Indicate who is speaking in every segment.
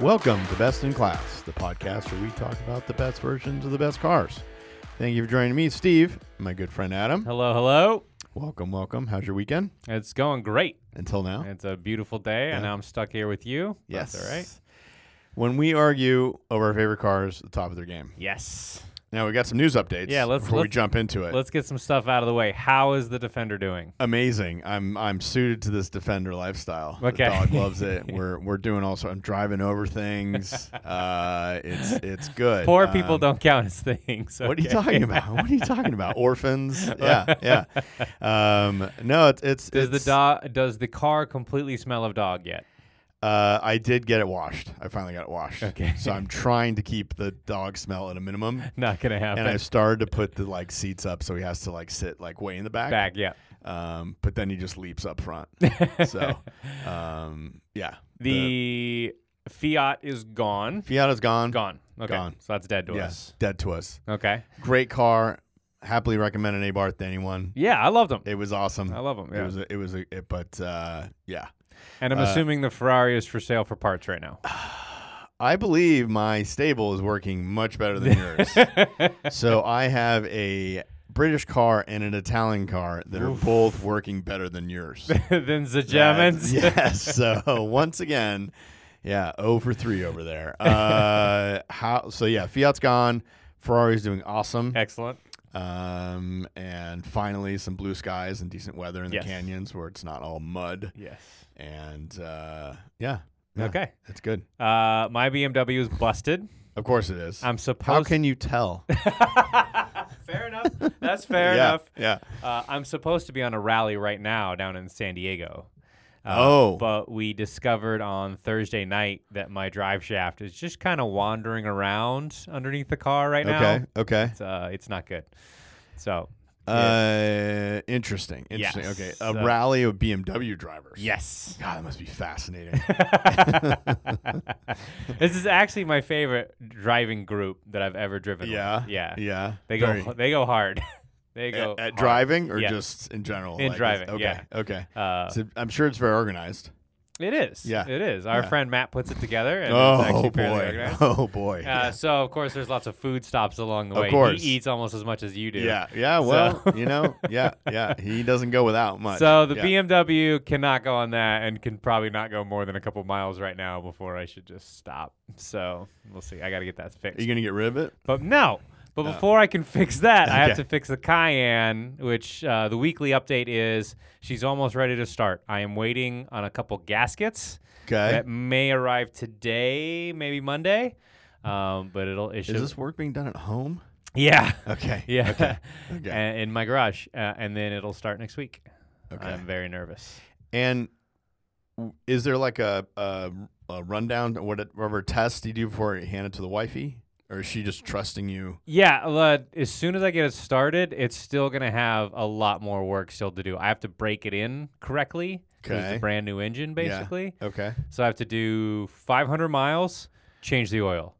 Speaker 1: Welcome to Best in Class, the podcast where we talk about the best versions of the best cars. Thank you for joining me, Steve, and my good friend Adam.
Speaker 2: Hello, hello.
Speaker 1: Welcome, welcome. How's your weekend?
Speaker 2: It's going great.
Speaker 1: Until now.
Speaker 2: It's a beautiful day, and
Speaker 1: Oh. Yeah.
Speaker 2: I'm stuck here with you. That's all right.
Speaker 1: When we argue over our favorite cars, at the top of their game.
Speaker 2: Yes.
Speaker 1: Now we got some news updates.
Speaker 2: Yeah, let's-
Speaker 1: before we
Speaker 2: let's-
Speaker 1: jump into it.
Speaker 2: Let's get some stuff out of the way. How is the defender doing?
Speaker 1: Amazing. I'm I'm suited to this defender lifestyle.
Speaker 2: Okay.
Speaker 1: The dog loves it. We're we're doing also. I'm driving over things. Uh, it's it's good.
Speaker 2: Poor people
Speaker 1: Um,
Speaker 2: don't count as things.
Speaker 1: What are you
Speaker 2: okay?
Speaker 1: talking about? What are you talking about? Orphans? Yeah, yeah. Um, no, it's it's.
Speaker 2: Does the
Speaker 1: it's,
Speaker 2: dog? Does the car completely smell of dog yet?
Speaker 1: Uh, I did get it washed. I finally got it washed.
Speaker 2: Okay.
Speaker 1: So I'm trying to keep the dog smell at a minimum,
Speaker 2: Not gonna happen.
Speaker 1: and I've started to put the like seats up so he has to like sit like way in the back.
Speaker 2: Back, yeah.
Speaker 1: Um, but then he just leaps up front. so, um, yeah.
Speaker 2: The, Fiat is gone.
Speaker 1: Fiata's gone.
Speaker 2: Gone. Okay.
Speaker 1: Gone.
Speaker 2: So that's dead to
Speaker 1: Yes.
Speaker 2: us.
Speaker 1: Dead to us.
Speaker 2: Okay.
Speaker 1: Great car. Happily recommend an Abarth to anyone.
Speaker 2: Yeah, I love them.
Speaker 1: It was awesome.
Speaker 2: I love them. Yeah.
Speaker 1: It was. A, it was. A, it, but uh, yeah.
Speaker 2: and I'm
Speaker 1: uh,
Speaker 2: assuming the Ferrari is for sale for parts right now.
Speaker 1: I believe my stable is working much better than yours. so I have a British car and an Italian car that are both working better than yours.
Speaker 2: then the Germans.
Speaker 1: That- Yes. So once again, yeah, 0 for 3 over there. Uh, how? So yeah, Fiat's gone. Ferrari's doing awesome.
Speaker 2: Excellent.
Speaker 1: Um, and finally, some blue skies and decent weather in the
Speaker 2: Yes.
Speaker 1: canyons where it's not all mud.
Speaker 2: Yes.
Speaker 1: And uh, yeah, yeah,
Speaker 2: Okay.
Speaker 1: It's good.
Speaker 2: Uh, my BMW is busted.
Speaker 1: Of course it is.
Speaker 2: I'm
Speaker 1: How
Speaker 2: supposed.
Speaker 1: can you tell?
Speaker 2: fair enough. That's fair
Speaker 1: yeah,
Speaker 2: enough.
Speaker 1: Yeah.
Speaker 2: Uh, I'm supposed to be on a rally right now down in San Diego. Uh,
Speaker 1: Oh.
Speaker 2: But we discovered on Thursday night that my drive shaft is just kind of wandering around underneath the car right now.
Speaker 1: Okay. Okay.
Speaker 2: It's, uh, it's not good. So.
Speaker 1: Uh, interesting. Interesting.
Speaker 2: Yes.
Speaker 1: Okay. A
Speaker 2: So-
Speaker 1: rally of BMW drivers.
Speaker 2: Yes.
Speaker 1: God, that must be fascinating.
Speaker 2: this is actually my favorite driving group that I've ever driven. with.
Speaker 1: yeah.
Speaker 2: Yeah.
Speaker 1: Yeah.
Speaker 2: They go.
Speaker 1: Very-
Speaker 2: They go hard. they go
Speaker 1: at, at
Speaker 2: hard.
Speaker 1: driving or
Speaker 2: Yeah.
Speaker 1: just in general.
Speaker 2: In
Speaker 1: is-
Speaker 2: driving,
Speaker 1: Okay.
Speaker 2: yeah.
Speaker 1: Okay.
Speaker 2: Uh,
Speaker 1: So I'm sure it's very organized.
Speaker 2: it is.
Speaker 1: Yeah.
Speaker 2: It is. Our
Speaker 1: Yeah.
Speaker 2: friend Matt puts it together. And it's
Speaker 1: Oh
Speaker 2: actually fairly
Speaker 1: boy.
Speaker 2: organized.
Speaker 1: Oh boy.
Speaker 2: Uh, so of course, there's lots of food stops along the
Speaker 1: Of
Speaker 2: way.
Speaker 1: course.
Speaker 2: He eats almost as much as you do.
Speaker 1: yeah. Yeah. Well, you know. Yeah. Yeah. He doesn't go without much.
Speaker 2: So the
Speaker 1: yeah.
Speaker 2: BMW cannot go on that, and can probably not go more than a couple miles right now before I should just stop. So we'll see. I got to get that
Speaker 1: Are
Speaker 2: fixed.
Speaker 1: you gonna get rid of it?
Speaker 2: But no. But before I can fix that, I have
Speaker 1: Okay.
Speaker 2: to fix the Cayenne, which uh, the weekly update is she's almost ready to start. I am waiting on a couple gaskets
Speaker 1: Okay.
Speaker 2: that may arrive today, maybe Monday. Um, but it'll it should,
Speaker 1: Is this work being done at home?
Speaker 2: yeah
Speaker 1: Okay.
Speaker 2: yeah
Speaker 1: Okay.
Speaker 2: A- in my garage, uh, and then it'll start next week.
Speaker 1: Okay.
Speaker 2: I'm very nervous.
Speaker 1: And w- is there like a, a, a rundown, or what- whatever test you do before you hand it to the wifey? Or is she just trusting you?
Speaker 2: Yeah, uh, as soon as I get it started, it's still gonna have a lot more work still to do. I have to break it in correctly. 'cause It's
Speaker 1: Okay.
Speaker 2: a brand new engine,
Speaker 1: Yeah.
Speaker 2: basically.
Speaker 1: Okay.
Speaker 2: So I have to do 500 miles, change the oil.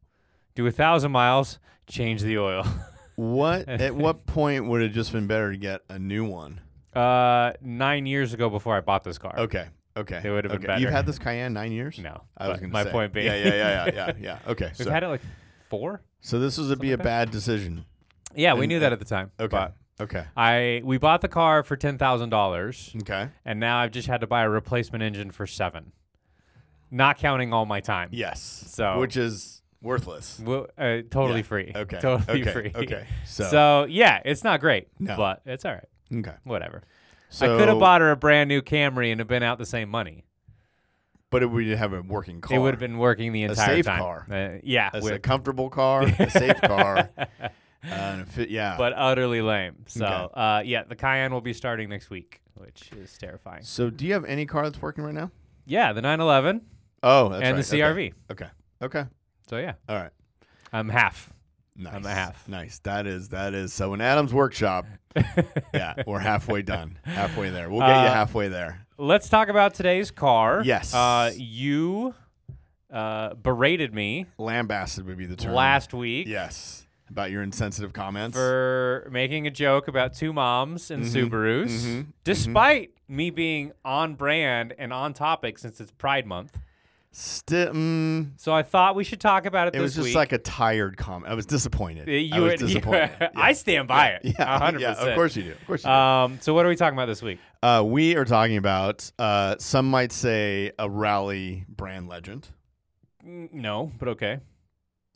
Speaker 2: Do a thousand miles, change the oil.
Speaker 1: What at what point would it just been better to get a new one?
Speaker 2: Uh, nine years ago, before I bought this car.
Speaker 1: Okay. Okay.
Speaker 2: It would've been
Speaker 1: okay. You've
Speaker 2: better.
Speaker 1: had this Cayenne nine years.
Speaker 2: No,
Speaker 1: I was
Speaker 2: but
Speaker 1: gonna
Speaker 2: my
Speaker 1: say.
Speaker 2: point being,
Speaker 1: Yeah, yeah, yeah, yeah, yeah, yeah. Okay.
Speaker 2: we've
Speaker 1: So,
Speaker 2: had it like four.
Speaker 1: so this was a be a
Speaker 2: like
Speaker 1: bad decision.
Speaker 2: Yeah, we
Speaker 1: And-
Speaker 2: knew that at the time.
Speaker 1: Okay.
Speaker 2: but
Speaker 1: okay.
Speaker 2: I we bought the car for ten thousand dollars,
Speaker 1: Okay.
Speaker 2: and now I've just had to buy a replacement engine for seven, not counting all my time.
Speaker 1: Yes.
Speaker 2: So-
Speaker 1: which is worthless.
Speaker 2: Wo- uh, totally
Speaker 1: Yeah.
Speaker 2: free.
Speaker 1: Okay.
Speaker 2: totally
Speaker 1: okay.
Speaker 2: free.
Speaker 1: Okay. So,
Speaker 2: So. yeah, it's not great,
Speaker 1: No.
Speaker 2: but it's all right.
Speaker 1: okay.
Speaker 2: Whatever.
Speaker 1: So
Speaker 2: I could have bought her a brand new Camry and have been out the same money.
Speaker 1: but it would have a working car.
Speaker 2: It would have been working the entire
Speaker 1: safe
Speaker 2: time.
Speaker 1: car.
Speaker 2: Uh, yeah,
Speaker 1: That's
Speaker 2: with-
Speaker 1: a comfortable car, a safe car, and a fit, yeah.
Speaker 2: but utterly lame. So
Speaker 1: Okay.
Speaker 2: uh, yeah, the Cayenne will be starting next week, which is terrifying.
Speaker 1: so, do you have any car that's working right now?
Speaker 2: Yeah, the 911
Speaker 1: Oh, that's
Speaker 2: and
Speaker 1: right.
Speaker 2: the CRV.
Speaker 1: Okay. okay, okay,
Speaker 2: So yeah,
Speaker 1: all right,
Speaker 2: I'm half.
Speaker 1: nice.
Speaker 2: I'm a half.
Speaker 1: Nice. That is that is. So in Adam's workshop, yeah, we're halfway done. Halfway there. We'll get you
Speaker 2: Uh,
Speaker 1: halfway there.
Speaker 2: Let's talk about today's car.
Speaker 1: Yes.
Speaker 2: Uh, you uh, berated me
Speaker 1: Lambasted would be the term.
Speaker 2: last week
Speaker 1: Yes. About your insensitive comments.
Speaker 2: for making a joke about two moms and Subarus,
Speaker 1: mhm,
Speaker 2: despite me being on brand and on topic since it's Pride Month.
Speaker 1: Sti- mm,
Speaker 2: So I thought we should talk about it,
Speaker 1: it
Speaker 2: this
Speaker 1: was just
Speaker 2: week.
Speaker 1: like a tired comment. I was disappointed.
Speaker 2: Uh,
Speaker 1: I
Speaker 2: you
Speaker 1: was
Speaker 2: would-
Speaker 1: disappointed.
Speaker 2: I stand by it.
Speaker 1: yeah,
Speaker 2: 100%.
Speaker 1: yeah, of course you do. Of course you do.
Speaker 2: Um, so what are we talking about this week?
Speaker 1: Uh, we are talking about uh, some might say a rally brand legend.
Speaker 2: Mm, No, but okay.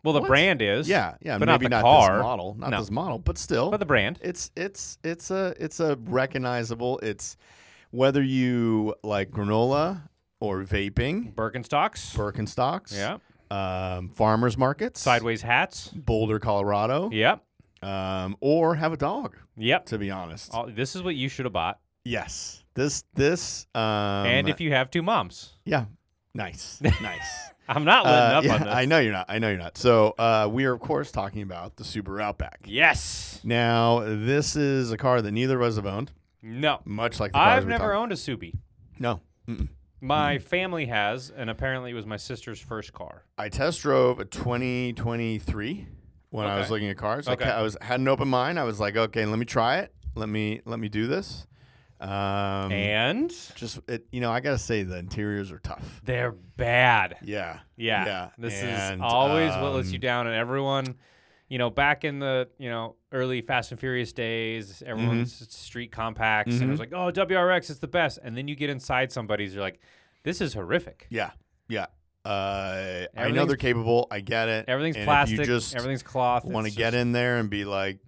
Speaker 2: Well, the
Speaker 1: What?
Speaker 2: brand is.
Speaker 1: Yeah, yeah,
Speaker 2: But not
Speaker 1: maybe
Speaker 2: the
Speaker 1: not,
Speaker 2: car.
Speaker 1: this model, not
Speaker 2: No.
Speaker 1: this model, but still,
Speaker 2: But the brand.
Speaker 1: it's it's it's a it's a recognizable. It's whether you like granola or vaping,
Speaker 2: Birkenstocks.
Speaker 1: Birkenstocks,
Speaker 2: yeah.
Speaker 1: um, farmers markets,
Speaker 2: Sideways hats.
Speaker 1: Boulder, Colorado,
Speaker 2: Yep.
Speaker 1: um, or have a dog.
Speaker 2: Yep.
Speaker 1: To be honest,
Speaker 2: All, this is what you should have bought.
Speaker 1: yes, this this um,
Speaker 2: and if you have two moms,
Speaker 1: yeah, nice, nice.
Speaker 2: I'm not letting
Speaker 1: Uh,
Speaker 2: up
Speaker 1: yeah,
Speaker 2: on this.
Speaker 1: I know you're not. I know you're not. So uh, we are, of course, talking about the Subaru Outback.
Speaker 2: yes.
Speaker 1: Now, this is a car that neither of us have owned,
Speaker 2: No.
Speaker 1: much like the cars
Speaker 2: I've
Speaker 1: we
Speaker 2: never
Speaker 1: talked- Mm-hmm.
Speaker 2: owned a Subi.
Speaker 1: No. Mm-mm.
Speaker 2: My family has, and apparently it was my sister's first car.
Speaker 1: I test drove a 2023 when I was
Speaker 2: Okay.
Speaker 1: looking at cars. I
Speaker 2: Okay.
Speaker 1: ca- I, was had an open mind. I was like, okay, let me try it. Let me let me do this. Um,
Speaker 2: And
Speaker 1: just it, you know, I gotta say the interiors are tough.
Speaker 2: they're bad.
Speaker 1: Yeah.
Speaker 2: Yeah.
Speaker 1: Yeah.
Speaker 2: This
Speaker 1: And,
Speaker 2: is always what lets
Speaker 1: um,
Speaker 2: you down. And everyone, you know, back in the, you know, early Fast and Furious days, everyone's
Speaker 1: Mm-hmm.
Speaker 2: street compacts and it was like, oh, WRX, it's the best. And then you get inside somebody's, you're like, this is horrific.
Speaker 1: Yeah. Yeah. Uh, I know
Speaker 2: Everything's-
Speaker 1: they're capable. I get it.
Speaker 2: Everything's
Speaker 1: And if
Speaker 2: plastic.
Speaker 1: You just
Speaker 2: everything's cloth.
Speaker 1: want to
Speaker 2: it's
Speaker 1: get
Speaker 2: just-
Speaker 1: in there and be like,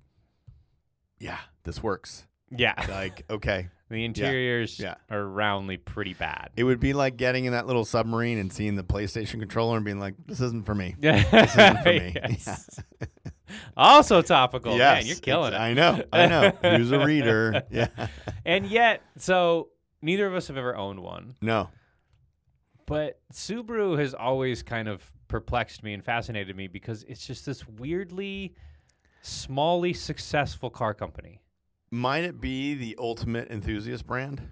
Speaker 1: yeah, this works.
Speaker 2: Yeah.
Speaker 1: Like, okay.
Speaker 2: The interiors
Speaker 1: yeah.
Speaker 2: are roundly pretty bad.
Speaker 1: It would be like getting in that little submarine and seeing the PlayStation controller and being like, this isn't for me.
Speaker 2: Yeah.
Speaker 1: isn't for me.
Speaker 2: Yes. also topical.
Speaker 1: yes.
Speaker 2: oh, Man, you're killing
Speaker 1: it's-
Speaker 2: it.
Speaker 1: I know. I know. Use a reader. Yeah.
Speaker 2: And yet, so neither of us have ever owned one.
Speaker 1: No.
Speaker 2: But Subaru has always kind of perplexed me and fascinated me because it's just this weirdly smally successful car company.
Speaker 1: Might it be the ultimate enthusiast brand?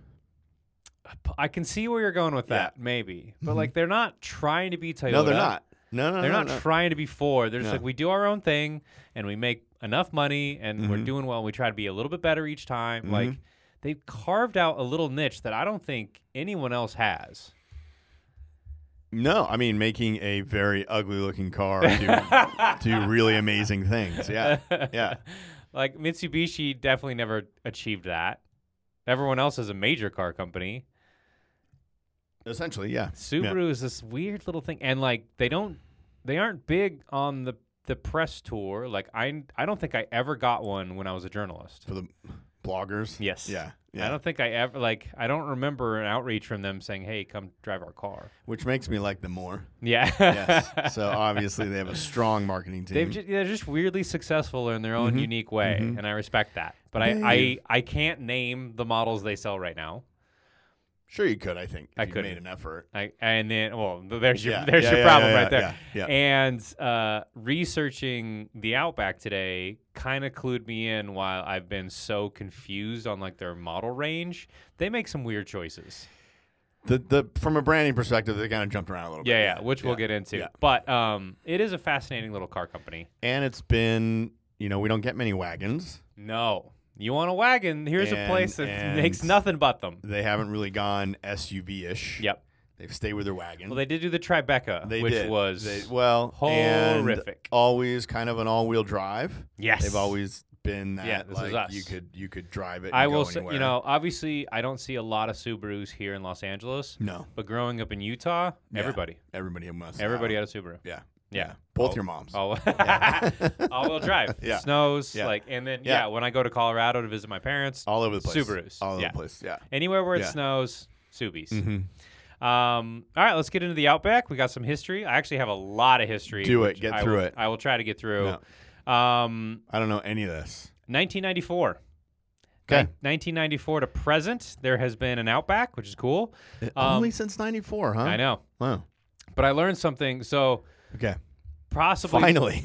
Speaker 2: I can see where you're going with that, maybe. But like they're not trying to be Toyota.
Speaker 1: Mm-hmm. No, they're not. No, no,
Speaker 2: They're
Speaker 1: no,
Speaker 2: not
Speaker 1: no.
Speaker 2: trying to be Ford. They're just
Speaker 1: No.
Speaker 2: like we do our own thing and we make enough money and we're
Speaker 1: Mm-hmm.
Speaker 2: doing well and we try to be a little bit better each time. Like they've carved out a little niche that I don't think anyone else has.
Speaker 1: No, I mean making a very ugly looking car do, do really amazing things. Yeah. Yeah.
Speaker 2: Like Mitsubishi definitely never achieved that. Everyone else is a major car company.
Speaker 1: Essentially, yeah.
Speaker 2: Subaru is this weird little thing, and like they don't, they aren't big on the the press tour. Like I, I don't think I ever got one when I was a journalist.
Speaker 1: For the bloggers.
Speaker 2: Yes.
Speaker 1: Yeah.
Speaker 2: I
Speaker 1: Yeah.
Speaker 2: don't think I ever like. I don't remember an outreach from them saying, "Hey, come drive our car."
Speaker 1: Which makes me like them more.
Speaker 2: Yeah.
Speaker 1: Yes. so obviously they have a strong marketing team.
Speaker 2: They've just, they're just weirdly successful in their own
Speaker 1: Mm-hmm.
Speaker 2: unique way, and I respect that. But I,
Speaker 1: They've-
Speaker 2: I, I can't name the models they sell right now.
Speaker 1: sure, you could. I think if
Speaker 2: I
Speaker 1: you
Speaker 2: couldn't.
Speaker 1: made an effort.
Speaker 2: I, and then, well, th- there's your
Speaker 1: Yeah,
Speaker 2: there's
Speaker 1: yeah,
Speaker 2: your
Speaker 1: yeah,
Speaker 2: problem
Speaker 1: yeah,
Speaker 2: right there.
Speaker 1: yeah, yeah.
Speaker 2: And uh, researching the Outback today kind of clued me in while I've been so confused on like their model range. They make some weird choices.
Speaker 1: The the from a branding perspective, they kind of jumped around a little
Speaker 2: Yeah,
Speaker 1: bit.
Speaker 2: yeah, which we'll get into.
Speaker 1: yeah.
Speaker 2: But um, it is a fascinating little car company.
Speaker 1: And it's been you know we don't get many wagons.
Speaker 2: No, you want a wagon? Here's a
Speaker 1: And-
Speaker 2: place that
Speaker 1: and-
Speaker 2: makes nothing but them.
Speaker 1: They haven't really gone SUV ish.
Speaker 2: Yep.
Speaker 1: They've stayed with their wagon.
Speaker 2: Well, they did do the Tribeca,
Speaker 1: They
Speaker 2: which
Speaker 1: did.
Speaker 2: was
Speaker 1: They- well and
Speaker 2: horrific.
Speaker 1: always kind of an all wheel drive.
Speaker 2: yes.
Speaker 1: They've always been that.
Speaker 2: Yeah, this is
Speaker 1: like
Speaker 2: us.
Speaker 1: you could you could drive it. and
Speaker 2: I
Speaker 1: go
Speaker 2: will say, you
Speaker 1: anywhere.
Speaker 2: know, obviously, I don't see a lot of Subarus here in Los Angeles,
Speaker 1: No,
Speaker 2: but growing up in Utah,
Speaker 1: Yeah.
Speaker 2: everybody,
Speaker 1: everybody must. have
Speaker 2: everybody
Speaker 1: it.
Speaker 2: had a Subaru.
Speaker 1: Yeah.
Speaker 2: Yeah.
Speaker 1: Both
Speaker 2: Oh.
Speaker 1: your moms.
Speaker 2: All, all-wheel drive,
Speaker 1: Yeah.
Speaker 2: snows,
Speaker 1: Yeah.
Speaker 2: like, and then yeah.
Speaker 1: Yeah.
Speaker 2: when I go to Colorado to visit my parents,
Speaker 1: All over the place.
Speaker 2: Subarus.
Speaker 1: All over
Speaker 2: Yeah.
Speaker 1: the place. Yeah.
Speaker 2: anywhere where it
Speaker 1: Yeah. Mm-hmm.
Speaker 2: snows, Subis. Um, all right, let's get into the Outback. We got some history. I actually have a lot of history.
Speaker 1: Do
Speaker 2: which
Speaker 1: it. Get
Speaker 2: I
Speaker 1: through
Speaker 2: will-
Speaker 1: it.
Speaker 2: I will try to get through. Um,
Speaker 1: I don't know any of this.
Speaker 2: 1994.
Speaker 1: Okay.
Speaker 2: Nin- 1994 to present, there has been an Outback, which is cool. Um,
Speaker 1: Only since '94, huh?
Speaker 2: I know.
Speaker 1: Wow.
Speaker 2: But I learned something. So
Speaker 1: Okay.
Speaker 2: possibly
Speaker 1: Finally.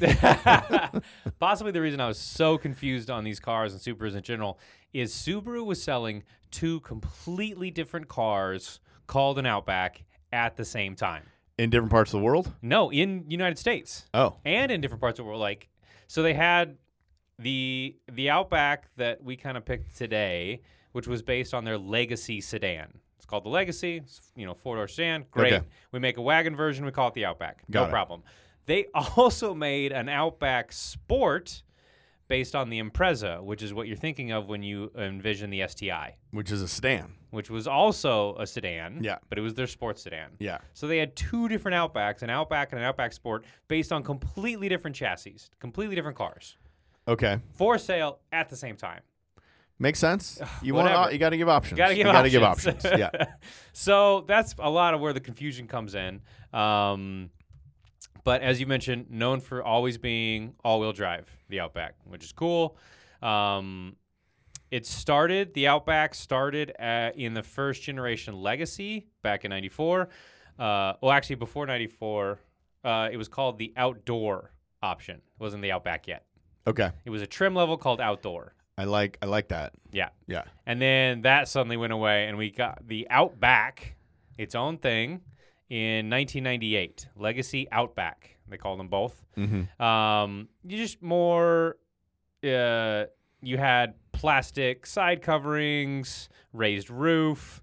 Speaker 2: possibly the reason I was so confused on these cars and Subarus in general is Subaru was selling two completely different cars called an Outback at the same time.
Speaker 1: In different parts of the world.
Speaker 2: No, in United States
Speaker 1: Oh.
Speaker 2: and in different parts of the world. Like, so they had the the Outback that we kind of picked today, which was based on their legacy sedan. It's called the Legacy. It's, you know, four door sedan. Great.
Speaker 1: Okay.
Speaker 2: We make a wagon version. We call it the Outback. no
Speaker 1: Got it.
Speaker 2: problem. They also made an Outback Sport based on the Impreza, which is what you're thinking of when you envision the STI,
Speaker 1: which is a sedan.
Speaker 2: which was also a sedan.
Speaker 1: Yeah.
Speaker 2: But it was their sports sedan.
Speaker 1: Yeah.
Speaker 2: So they had two different Outbacks, an Outback and an Outback Sport, based on completely different chassis, completely different cars,
Speaker 1: Okay.
Speaker 2: for sale at the same time.
Speaker 1: Makes sense. You want
Speaker 2: Whatever.
Speaker 1: you got to give options.
Speaker 2: Gotta give
Speaker 1: you
Speaker 2: options.
Speaker 1: Gotta give options. yeah.
Speaker 2: so that's a lot of where the confusion comes in. Um, but as you mentioned, known for always being all-wheel drive, the Outback, which is cool. Um, it started the Outback started uh in the first generation Legacy back in '94. Uh, well, actually, before '94, uh, it was called the Outdoor option. It wasn't the Outback yet.
Speaker 1: Okay.
Speaker 2: It was a trim level called Outdoor.
Speaker 1: I like I like that.
Speaker 2: Yeah.
Speaker 1: Yeah.
Speaker 2: And then that suddenly went away, and we got the Outback, its own thing, in 1998. Legacy Outback, they called them both.
Speaker 1: Mm-hmm.
Speaker 2: Um, you just more, uh, you had plastic side coverings, raised roof,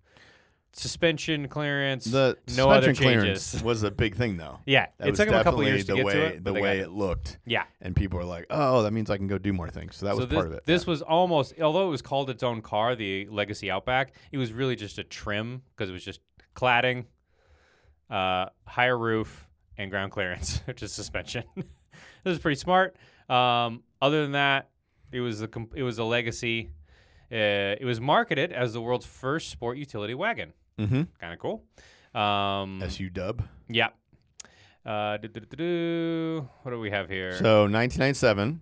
Speaker 2: suspension clearance,
Speaker 1: The
Speaker 2: no other
Speaker 1: suspension clearance
Speaker 2: changes.
Speaker 1: was a big thing though.
Speaker 2: Yeah,
Speaker 1: That
Speaker 2: it
Speaker 1: was
Speaker 2: took them a couple
Speaker 1: definitely
Speaker 2: years to
Speaker 1: the
Speaker 2: get
Speaker 1: way
Speaker 2: to it. but
Speaker 1: the
Speaker 2: they got
Speaker 1: way
Speaker 2: it.
Speaker 1: it looked,
Speaker 2: yeah.
Speaker 1: and people were like, "Oh, that means I can go do more things." So that
Speaker 2: so
Speaker 1: was
Speaker 2: this,
Speaker 1: part of it.
Speaker 2: this was almost, although it was called its own car, the Legacy Outback, it was really just a trim because it was just cladding, uh, higher roof, and ground clearance, which is suspension. this is pretty smart. Um, other than that, it was a com- it was a Legacy. Uh, it was marketed as the world's first sport utility wagon.
Speaker 1: mm-hmm.
Speaker 2: Kind of cool. Um,
Speaker 1: SU Dub.
Speaker 2: yeah. Uh, do-do-do-do-do. what do we have here?
Speaker 1: So 1997.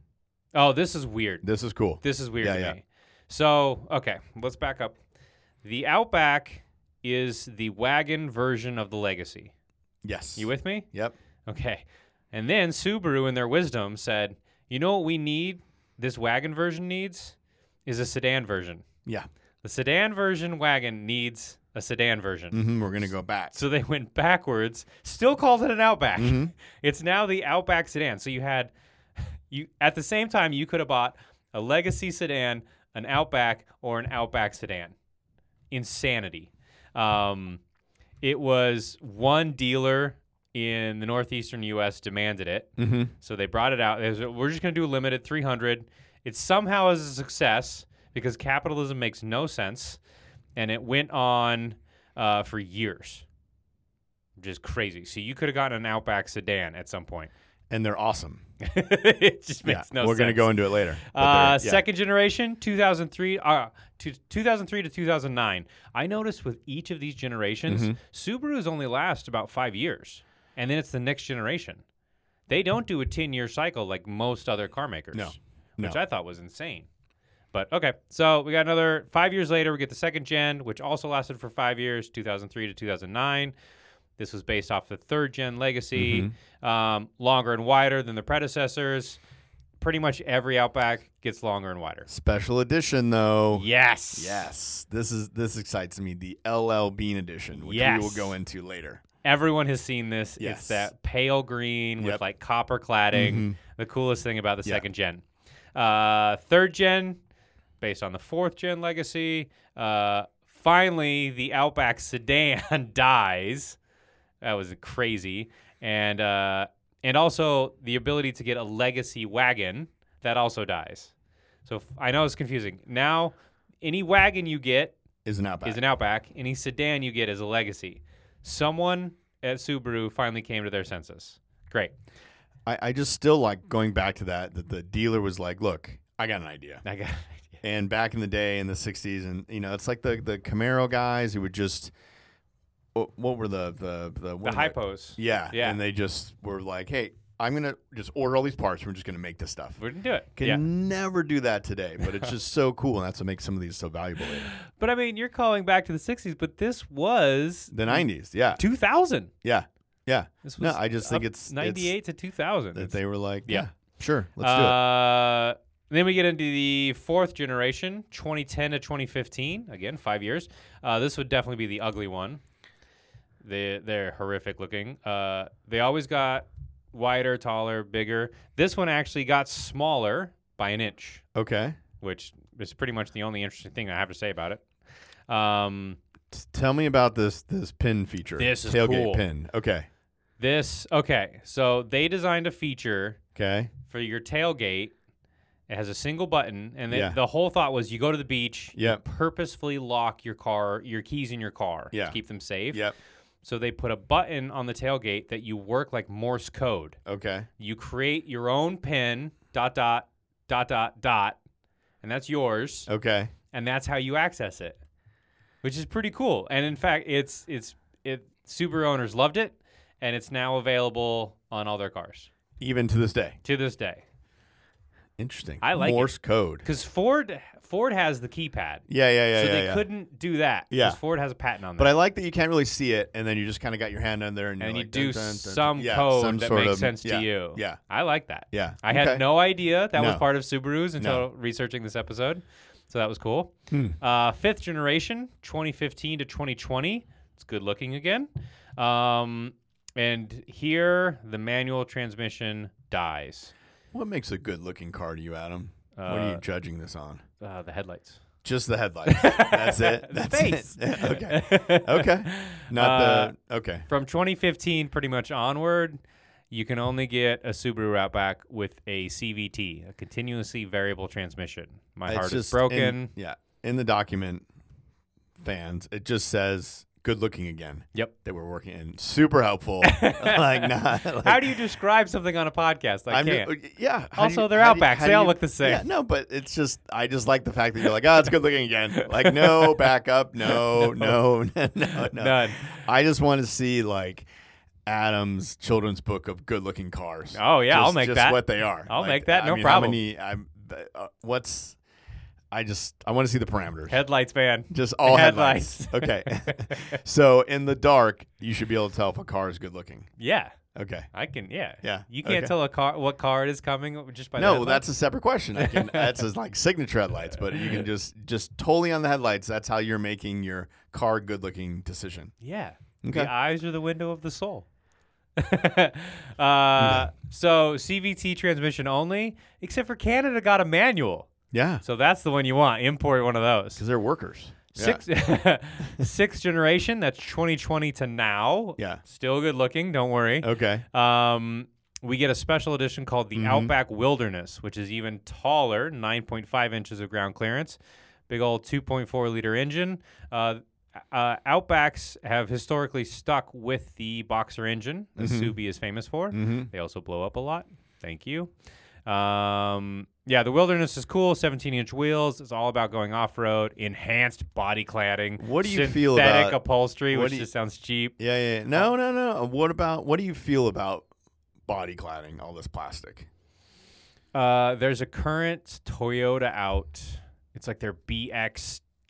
Speaker 2: oh, this is weird.
Speaker 1: This is cool.
Speaker 2: This is weird
Speaker 1: Yeah,
Speaker 2: to
Speaker 1: yeah.
Speaker 2: me. So, okay, let's back up. The Outback is the wagon version of the Legacy.
Speaker 1: Yes.
Speaker 2: You with me?
Speaker 1: Yep.
Speaker 2: Okay. And then Subaru, in their wisdom, said, you know what we need, this wagon version needs, is a sedan version.
Speaker 1: Yeah.
Speaker 2: The sedan version wagon needs a sedan version.
Speaker 1: hmm We're gonna go back.
Speaker 2: So they went backwards, still called it an Outback.
Speaker 1: Mhm.
Speaker 2: It's now the Outback sedan. So you had you at the same time you could have bought a legacy sedan, an Outback, or an Outback sedan. Insanity. Um, it was one dealer in the northeastern U.S. demanded it,
Speaker 1: Mm-hmm.
Speaker 2: so they brought it out. They said, We're just going to do a limited 300. It somehow is a success because capitalism makes no sense, and it went on uh, for years. Just crazy. So you could have gotten an Outback sedan at some point.
Speaker 1: And they're awesome.
Speaker 2: it just makes
Speaker 1: yeah.
Speaker 2: no
Speaker 1: we're
Speaker 2: sense.
Speaker 1: gonna go into it later. but
Speaker 2: Uh,
Speaker 1: they're- yeah.
Speaker 2: Second generation, 2003, uh, to 2003 to 2009. I noticed with each of these generations,
Speaker 1: Mm-hmm.
Speaker 2: Subarus only last about five years, and then it's the next generation. They don't do a 10 year cycle like most other car makers.
Speaker 1: No. No.
Speaker 2: Which I thought was insane. But okay, so we got another five years later, we get the second gen, which also lasted for five years, 2003 to 2009. This was based off the third gen legacy, um, longer and wider than the predecessors. Pretty much every Outback gets longer and wider.
Speaker 1: Special edition though.
Speaker 2: Yes.
Speaker 1: Yes. This is this excites me. The LL Bean edition, which
Speaker 2: Yes.
Speaker 1: we will go into later.
Speaker 2: Everyone has seen this. It's
Speaker 1: Yes.
Speaker 2: that pale green with
Speaker 1: Yep. Mm-hmm.
Speaker 2: like copper cladding. The coolest thing about the second gen. Uh, third gen, based on the fourth gen legacy. Uh, finally, the Outback sedan dies. That was crazy. And uh, and also the ability to get a legacy wagon that also dies. So f- I know it's confusing. Now, any wagon you get
Speaker 1: Is an outback.
Speaker 2: is an Outback. Any sedan you get is a Legacy. Someone at Subaru finally came to their senses. Great.
Speaker 1: I, I just still like going back to that that the dealer was like, look, I got an idea.
Speaker 2: I got.
Speaker 1: And back in the day in the '60s, and you know, it's like the the Camaro guys who would just what, what were the the the,
Speaker 2: The
Speaker 1: what were they-
Speaker 2: hypos.
Speaker 1: Yeah,
Speaker 2: Yeah.
Speaker 1: And they just were like, hey, I'm gonna just order all these parts. We're just gonna make this stuff.
Speaker 2: We didn't do it.
Speaker 1: Can
Speaker 2: yeah.
Speaker 1: never do that today, but it's just so cool, and that's what makes some of these so valuable. later.
Speaker 2: But I mean, you're calling back to the 60s, but this was
Speaker 1: The '90s, yeah,
Speaker 2: 2000.
Speaker 1: yeah, yeah.
Speaker 2: This
Speaker 1: No,
Speaker 2: was
Speaker 1: I just think
Speaker 2: up
Speaker 1: it's- it's
Speaker 2: 98 to 2000.
Speaker 1: That they were like,
Speaker 2: Yeah.
Speaker 1: yeah, sure, let's do it.
Speaker 2: uh, Then we get into the fourth generation, 2010 to 2015. Again, five years. Uh, this would definitely be the ugly one. They they're horrific looking. Uh, they always got wider, taller, bigger. This one actually got smaller by an inch,
Speaker 1: Okay,
Speaker 2: which is pretty much the only interesting thing I have to say about it. Um,
Speaker 1: T- Tell me about this this pin feature.
Speaker 2: This is
Speaker 1: tailgate
Speaker 2: cool.
Speaker 1: pin. Okay.
Speaker 2: This okay. So they designed a feature
Speaker 1: Okay.
Speaker 2: for your tailgate. It has a single button, and the,
Speaker 1: Yeah.
Speaker 2: the whole thought was you go to the beach, you
Speaker 1: Yep.
Speaker 2: purposefully lock your car, your keys in your car
Speaker 1: Yeah.
Speaker 2: to keep them safe.
Speaker 1: Yep.
Speaker 2: So they put a button on the tailgate that you work like Morse code.
Speaker 1: Okay.
Speaker 2: You create your own pin, dot dot dot dot dot, and that's yours,
Speaker 1: Okay.
Speaker 2: and that's how you access it, which is pretty cool. And in fact, it's it's it. Subaru owners loved it, and it's now available on all their cars
Speaker 1: Even to this day.
Speaker 2: to this day.
Speaker 1: Interesting.
Speaker 2: I like it.
Speaker 1: Morse code.
Speaker 2: Because Ford Ford has the keypad,
Speaker 1: Yeah, yeah, yeah,
Speaker 2: so
Speaker 1: yeah.
Speaker 2: they
Speaker 1: yeah.
Speaker 2: couldn't do that. 'cause
Speaker 1: Yeah.
Speaker 2: Ford has a patent on that.
Speaker 1: But I like that you can't really see it, and then you just kind of got your hand in there, and,
Speaker 2: and
Speaker 1: you're
Speaker 2: you
Speaker 1: like,
Speaker 2: do
Speaker 1: dun, dun, dun, dun.
Speaker 2: some
Speaker 1: Yeah,
Speaker 2: code
Speaker 1: some
Speaker 2: that
Speaker 1: sort
Speaker 2: makes
Speaker 1: of-
Speaker 2: sense
Speaker 1: yeah,
Speaker 2: to you.
Speaker 1: Yeah,
Speaker 2: I like that.
Speaker 1: yeah.
Speaker 2: I
Speaker 1: Okay.
Speaker 2: had no idea that was
Speaker 1: No.
Speaker 2: part of Subarus until
Speaker 1: No. Hmm.
Speaker 2: researching this episode. So that was cool. Uh, fifth generation, 2015 to 2020. It's good looking again. Um, and here, the manual transmission dies.
Speaker 1: What makes a good-looking car to you, Adam? what are you
Speaker 2: Uh,
Speaker 1: judging this on?
Speaker 2: Uh, the headlights.
Speaker 1: Just the headlights. That's it.
Speaker 2: The
Speaker 1: That's
Speaker 2: face. Uh,
Speaker 1: It. okay. Okay. Not the. Okay.
Speaker 2: From 2015 pretty much onward, you can only get a Subaru Outback with a CVT, a continuously variable transmission. My
Speaker 1: It's
Speaker 2: heart is
Speaker 1: just
Speaker 2: broken.
Speaker 1: In, yeah. In the document, fans, it just says "good-looking" again.
Speaker 2: Yep.
Speaker 1: That we're working in. Super helpful. like not. Like,
Speaker 2: How do you describe something on a podcast? I
Speaker 1: I'm
Speaker 2: can't.
Speaker 1: ju- uh, yeah. how do
Speaker 2: Also,
Speaker 1: you-
Speaker 2: they're
Speaker 1: how do you-
Speaker 2: Outbacks.
Speaker 1: how
Speaker 2: They
Speaker 1: do
Speaker 2: all
Speaker 1: you-
Speaker 2: look the same.
Speaker 1: Yeah, no, but it's just I just like the fact that you're like, oh, it's good looking again. Like, no backup, no, no, no, no, no.
Speaker 2: None.
Speaker 1: I just want to see like Adam's children's book of good looking cars.
Speaker 2: Oh, yeah, I'll
Speaker 1: just,
Speaker 2: make
Speaker 1: just
Speaker 2: that.
Speaker 1: what they are.
Speaker 2: I'll
Speaker 1: Like,
Speaker 2: make that,
Speaker 1: I
Speaker 2: no
Speaker 1: mean,
Speaker 2: problem.
Speaker 1: How many? I'm, uh, what's? I just I want to see the parameters.
Speaker 2: Headlights, man.
Speaker 1: just all
Speaker 2: headlights.
Speaker 1: headlights. Okay. so in the dark, you should be able to tell if a car is good looking.
Speaker 2: Yeah,
Speaker 1: Okay.
Speaker 2: I can. Yeah,
Speaker 1: Yeah,
Speaker 2: You can't
Speaker 1: okay.
Speaker 2: tell a car what car it is coming just by the
Speaker 1: no, well,
Speaker 2: headlight?
Speaker 1: that's a separate question. I can that's his like signature headlights, but you can just just totally on the headlights. That's how you're making your car good looking decision.
Speaker 2: Yeah.
Speaker 1: Okay.
Speaker 2: The eyes are the window of the soul. uh, So CVT transmission only, except for Canada got a manual.
Speaker 1: Yeah,
Speaker 2: So that's the one you want. Import one of those.
Speaker 1: because they're workers.
Speaker 2: Six, sixth generation. That's 2020 to now.
Speaker 1: Yeah.
Speaker 2: Still good looking. Don't worry.
Speaker 1: Yeah. Okay.
Speaker 2: Um, we get a special edition called
Speaker 1: Mm-hmm.
Speaker 2: the Outback Wilderness, which is even taller, 9.5 inches of ground clearance, big old 2.4 liter engine. Uh, uh, Outbacks have historically stuck with the boxer engine that
Speaker 1: Mm-hmm.
Speaker 2: Subi is famous for. They also blow up a lot. Thank you. Um, yeah, the Wilderness is cool. 17 inch wheels. It's all about going off road. Enhanced body cladding.
Speaker 1: What do you feel
Speaker 2: synthetic
Speaker 1: about-
Speaker 2: upholstry,
Speaker 1: what
Speaker 2: which
Speaker 1: do you-
Speaker 2: just sounds cheap.
Speaker 1: Yeah, yeah. yeah. No, no, no. What about what do you feel about body cladding? All this plastic.
Speaker 2: Uh, there's a current Toyota out. It's like their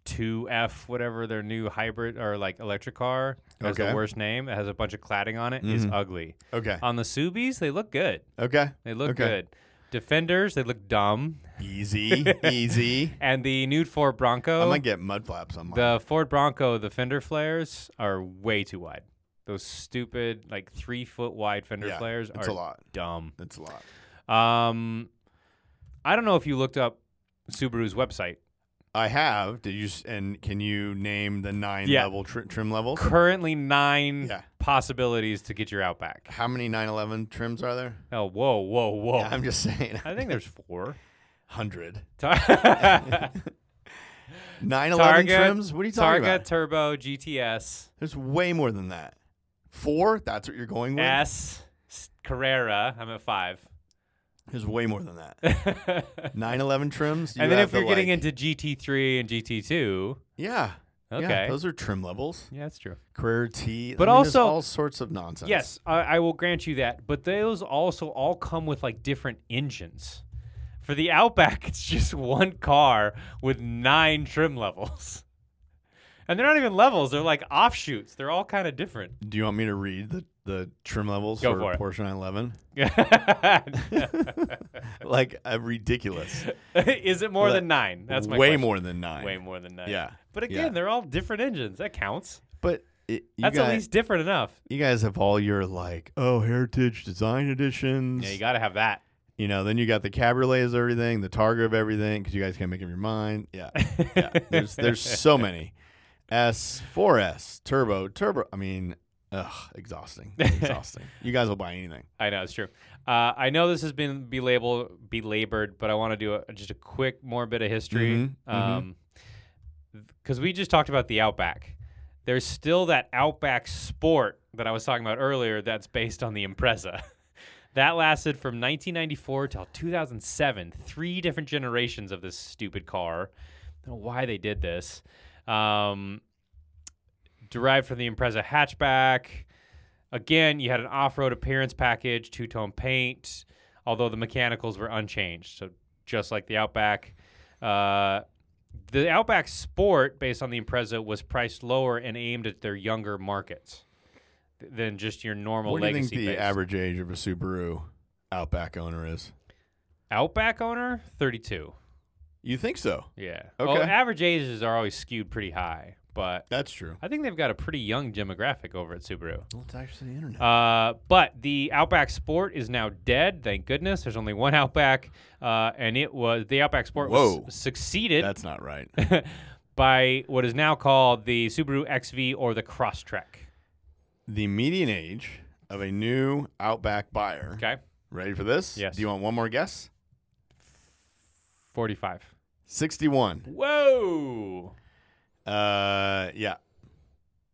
Speaker 2: BX2F, whatever their new hybrid or like electric car. That's
Speaker 1: Okay. Mm-hmm.
Speaker 2: the worst name. It has a bunch of cladding on it. It's ugly.
Speaker 1: Okay.
Speaker 2: On the Subies, they look good.
Speaker 1: Okay.
Speaker 2: They look
Speaker 1: Okay.
Speaker 2: good. Defenders, they look dumb.
Speaker 1: Easy, easy.
Speaker 2: And the new Ford
Speaker 1: I
Speaker 2: Bronco,
Speaker 1: might get mud flaps on my.
Speaker 2: the Ford Bronco, the fender flares are way too wide. Those stupid, like three foot wide fender
Speaker 1: Yeah,
Speaker 2: flares
Speaker 1: it's
Speaker 2: are
Speaker 1: a lot.
Speaker 2: dumb.
Speaker 1: That's a lot.
Speaker 2: Um, I don't know if you looked up Subaru's website.
Speaker 1: I have. Did you? s- And can you name the nine
Speaker 2: Yeah.
Speaker 1: level tr- trim levels?
Speaker 2: currently nine
Speaker 1: Yeah.
Speaker 2: possibilities to get your Outback.
Speaker 1: How many 911 trims are there?
Speaker 2: Oh, whoa, whoa, whoa!
Speaker 1: I'm just saying.
Speaker 2: I think there's four.
Speaker 1: Hundred.
Speaker 2: Tar-
Speaker 1: 911
Speaker 2: Target,
Speaker 1: trims? What are you talking
Speaker 2: Targa,
Speaker 1: about?
Speaker 2: Turbo, GTS,
Speaker 1: There's way more than that. Four? That's what you're going with?
Speaker 2: S, S- Carrera. I'm at five.
Speaker 1: There's way more than that.
Speaker 2: and
Speaker 1: 911 trims? You
Speaker 2: then
Speaker 1: have
Speaker 2: if you're
Speaker 1: the,
Speaker 2: getting
Speaker 1: like-
Speaker 2: into GT3 and GT2,
Speaker 1: Yeah. yeah,
Speaker 2: okay,
Speaker 1: those are trim levels.
Speaker 2: yeah, that's true.
Speaker 1: Career T. I
Speaker 2: But
Speaker 1: mean, there's
Speaker 2: also-
Speaker 1: all sorts of nonsense.
Speaker 2: Yes, I, I will grant you that. But those also all come with like different engines. For the Outback, it's just one car with nine trim levels. And they're not even levels, they're like offshoots. They're all kind of different.
Speaker 1: Do you want me to read the, the trim levels
Speaker 2: Go for
Speaker 1: for,
Speaker 2: it.
Speaker 1: Porsche 911?
Speaker 2: Is
Speaker 1: Like, uh, ridiculous.
Speaker 2: it more
Speaker 1: Well,
Speaker 2: than nine? That's my
Speaker 1: way
Speaker 2: question.
Speaker 1: more than nine.
Speaker 2: Way more than nine.
Speaker 1: Yeah.
Speaker 2: But
Speaker 1: yeah.
Speaker 2: again, they're all different engines. That counts.
Speaker 1: But it, you,
Speaker 2: That's
Speaker 1: guys,
Speaker 2: at least different enough.
Speaker 1: you guys have all your, like, oh, heritage design editions.
Speaker 2: Yeah, you got to have that.
Speaker 1: You know, then you got the cabriolets of everything, the Targa of everything, because you guys can't make up your mind. Yeah, yeah. There's there's so many, S, 4S, turbo, turbo. I mean, ugh, exhausting. Exhausting. you guys will buy anything.
Speaker 2: I know it's true. Uh, I know this has been belabeled, belabored, but I want to do a, just a quick more bit of history
Speaker 1: Mhm, mhm.
Speaker 2: because we just talked about the Outback. There's still that Outback sport that I was talking about earlier that's based on the Impreza. that lasted from 1994 till 2007. Three different generations of this stupid car. I don't know why they did this. Um, derived from the Impreza hatchback. Again, you had an off-road appearance package, two-tone paint, although the mechanicals were unchanged. So just like the Outback, uh, the Outback Sport, based on the Impreza, was priced lower and aimed at their younger markets th- than just your normal
Speaker 1: what do you
Speaker 2: legacy.
Speaker 1: think the
Speaker 2: based.
Speaker 1: average age of a Subaru Outback owner is?
Speaker 2: Outback owner, thirty-two.
Speaker 1: You think so?
Speaker 2: Yeah.
Speaker 1: Okay.
Speaker 2: Well, average ages are always skewed pretty high, but
Speaker 1: That's true.
Speaker 2: I think they've got a pretty young demographic over at Subaru.
Speaker 1: Well, it's actually the internet.
Speaker 2: Uh, but the Outback Sport is now dead. Thank goodness. There's only one Outback, uh, and it was the Outback Sport
Speaker 1: Whoa.
Speaker 2: was succeeded
Speaker 1: That's not right.
Speaker 2: by what is now called the Subaru XV or the Crosstrek.
Speaker 1: the median age of a new Outback buyer.
Speaker 2: Okay,
Speaker 1: Ready for this?
Speaker 2: Yes.
Speaker 1: Do you want one more guess?
Speaker 2: 45.
Speaker 1: 61.
Speaker 2: Whoa.
Speaker 1: Uh, yeah.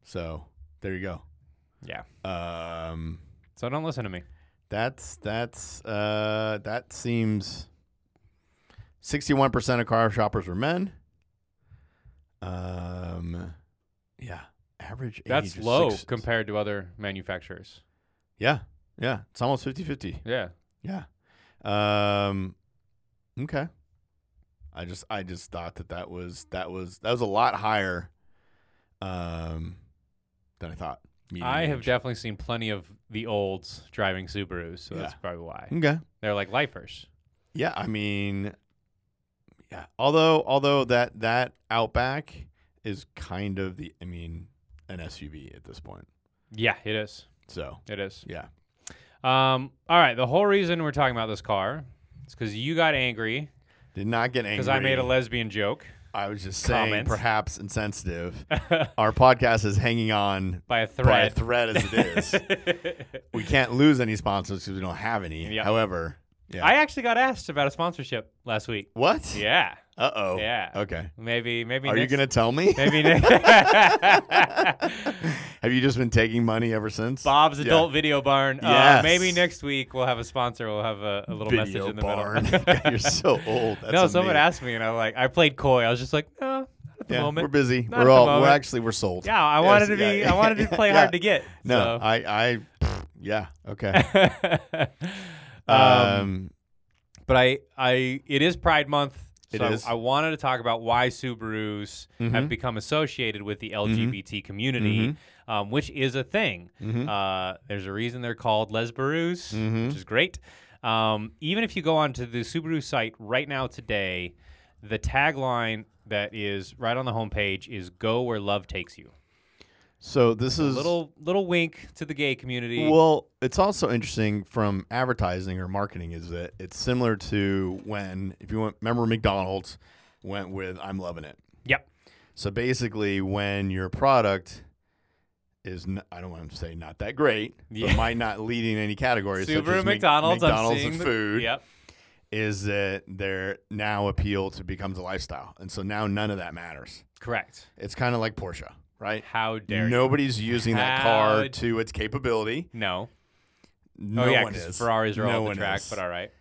Speaker 1: So there you
Speaker 2: Yeah.
Speaker 1: go. Um,
Speaker 2: So don't listen to me.
Speaker 1: that's that's uh that seems. Sixty-one percent of car shoppers were men. Um, yeah. Average age.
Speaker 2: That's
Speaker 1: is
Speaker 2: low
Speaker 1: six-
Speaker 2: compared to other manufacturers.
Speaker 1: yeah. Yeah. It's almost 50-50.
Speaker 2: Yeah.
Speaker 1: Yeah. Um okay. I just I just thought that that was that was that was a lot higher um than I thought. median
Speaker 2: I have
Speaker 1: age.
Speaker 2: definitely seen plenty of the olds driving Subarus, so that's
Speaker 1: Yeah.
Speaker 2: probably why.
Speaker 1: Okay.
Speaker 2: They're like lifers.
Speaker 1: Yeah, I mean yeah. Although although that that Outback is kind of the I mean an SUV at this point.
Speaker 2: Yeah, it is.
Speaker 1: So,
Speaker 2: It is.
Speaker 1: yeah.
Speaker 2: Um, all right. The whole reason we're talking about this car is because you got angry
Speaker 1: Did not get angry.
Speaker 2: because I made a lesbian joke
Speaker 1: I was just saying
Speaker 2: comment.
Speaker 1: perhaps insensitive.
Speaker 2: by
Speaker 1: Our podcast is hanging on
Speaker 2: a
Speaker 1: by a
Speaker 2: thread.
Speaker 1: thread as it is. we can't lose any sponsors because we don't have any.
Speaker 2: Yeah.
Speaker 1: However, yeah.
Speaker 2: I actually got asked about a sponsorship last week.
Speaker 1: what?
Speaker 2: Yeah.
Speaker 1: Uh oh.
Speaker 2: Yeah.
Speaker 1: Okay.
Speaker 2: Maybe. Maybe.
Speaker 1: Are you
Speaker 2: next-
Speaker 1: gonna tell me?
Speaker 2: Maybe. ne-
Speaker 1: have you just been taking money ever since?
Speaker 2: Bob's
Speaker 1: Yeah.
Speaker 2: Adult Video Barn. Uh,
Speaker 1: Yes.
Speaker 2: maybe next week we'll have a sponsor. We'll have a, a little message
Speaker 1: Video
Speaker 2: in the
Speaker 1: barn.
Speaker 2: middle.
Speaker 1: God, You're so old. That's
Speaker 2: no, someone
Speaker 1: amazing.
Speaker 2: asked me, and I like I played coy. I was just like, no, not at the
Speaker 1: Yeah,
Speaker 2: moment.
Speaker 1: we're busy.
Speaker 2: Not at
Speaker 1: we're
Speaker 2: the
Speaker 1: all. We're
Speaker 2: moment.
Speaker 1: actually we're sold.
Speaker 2: yeah, I
Speaker 1: Yes,
Speaker 2: wanted to
Speaker 1: yeah,
Speaker 2: be.
Speaker 1: yeah,
Speaker 2: I wanted to
Speaker 1: yeah,
Speaker 2: play
Speaker 1: yeah.
Speaker 2: hard to get.
Speaker 1: No,
Speaker 2: so.
Speaker 1: I. I. Yeah. Okay.
Speaker 2: um,
Speaker 1: um.
Speaker 2: but I, I, it is Pride Month.
Speaker 1: It
Speaker 2: so I-
Speaker 1: is.
Speaker 2: I, wanted to talk about why Subarus have
Speaker 1: Mhm.
Speaker 2: become associated with
Speaker 1: Mm-hmm.
Speaker 2: the LGBT community, um, which is a thing.
Speaker 1: mhm,
Speaker 2: Uh, there's a reason they're called Lesbarus,
Speaker 1: mhm.
Speaker 2: which is great. Um, even if you go onto the Subaru site right now today, the tagline that is right on the homepage is "Go where love takes you."
Speaker 1: So this is
Speaker 2: Little little wink to the gay community.
Speaker 1: Well, it's also interesting from advertising or marketing is that it's similar to when, if you want, remember McDonald's went with "I'm loving it."
Speaker 2: Yep.
Speaker 1: So basically, when your product is, n- I don't want to say not that great,
Speaker 2: Yeah.
Speaker 1: but might not lead in any categories. such
Speaker 2: Subaru
Speaker 1: as Mc-
Speaker 2: McDonald's. I'm
Speaker 1: McDonald's
Speaker 2: seeing
Speaker 1: of
Speaker 2: the-
Speaker 1: food
Speaker 2: Yep.
Speaker 1: is that their now appeal to becomes a lifestyle, and so now none of that matters.
Speaker 2: Correct.
Speaker 1: It's kind of like Porsche, right?
Speaker 2: How dare you?
Speaker 1: Nobody's using that car
Speaker 2: How-
Speaker 1: to its capability.
Speaker 2: No.
Speaker 1: No
Speaker 2: oh yeah,
Speaker 1: one
Speaker 2: 'cause
Speaker 1: is.
Speaker 2: Ferraris are
Speaker 1: no
Speaker 2: all on
Speaker 1: one
Speaker 2: the track,
Speaker 1: is.
Speaker 2: but all right.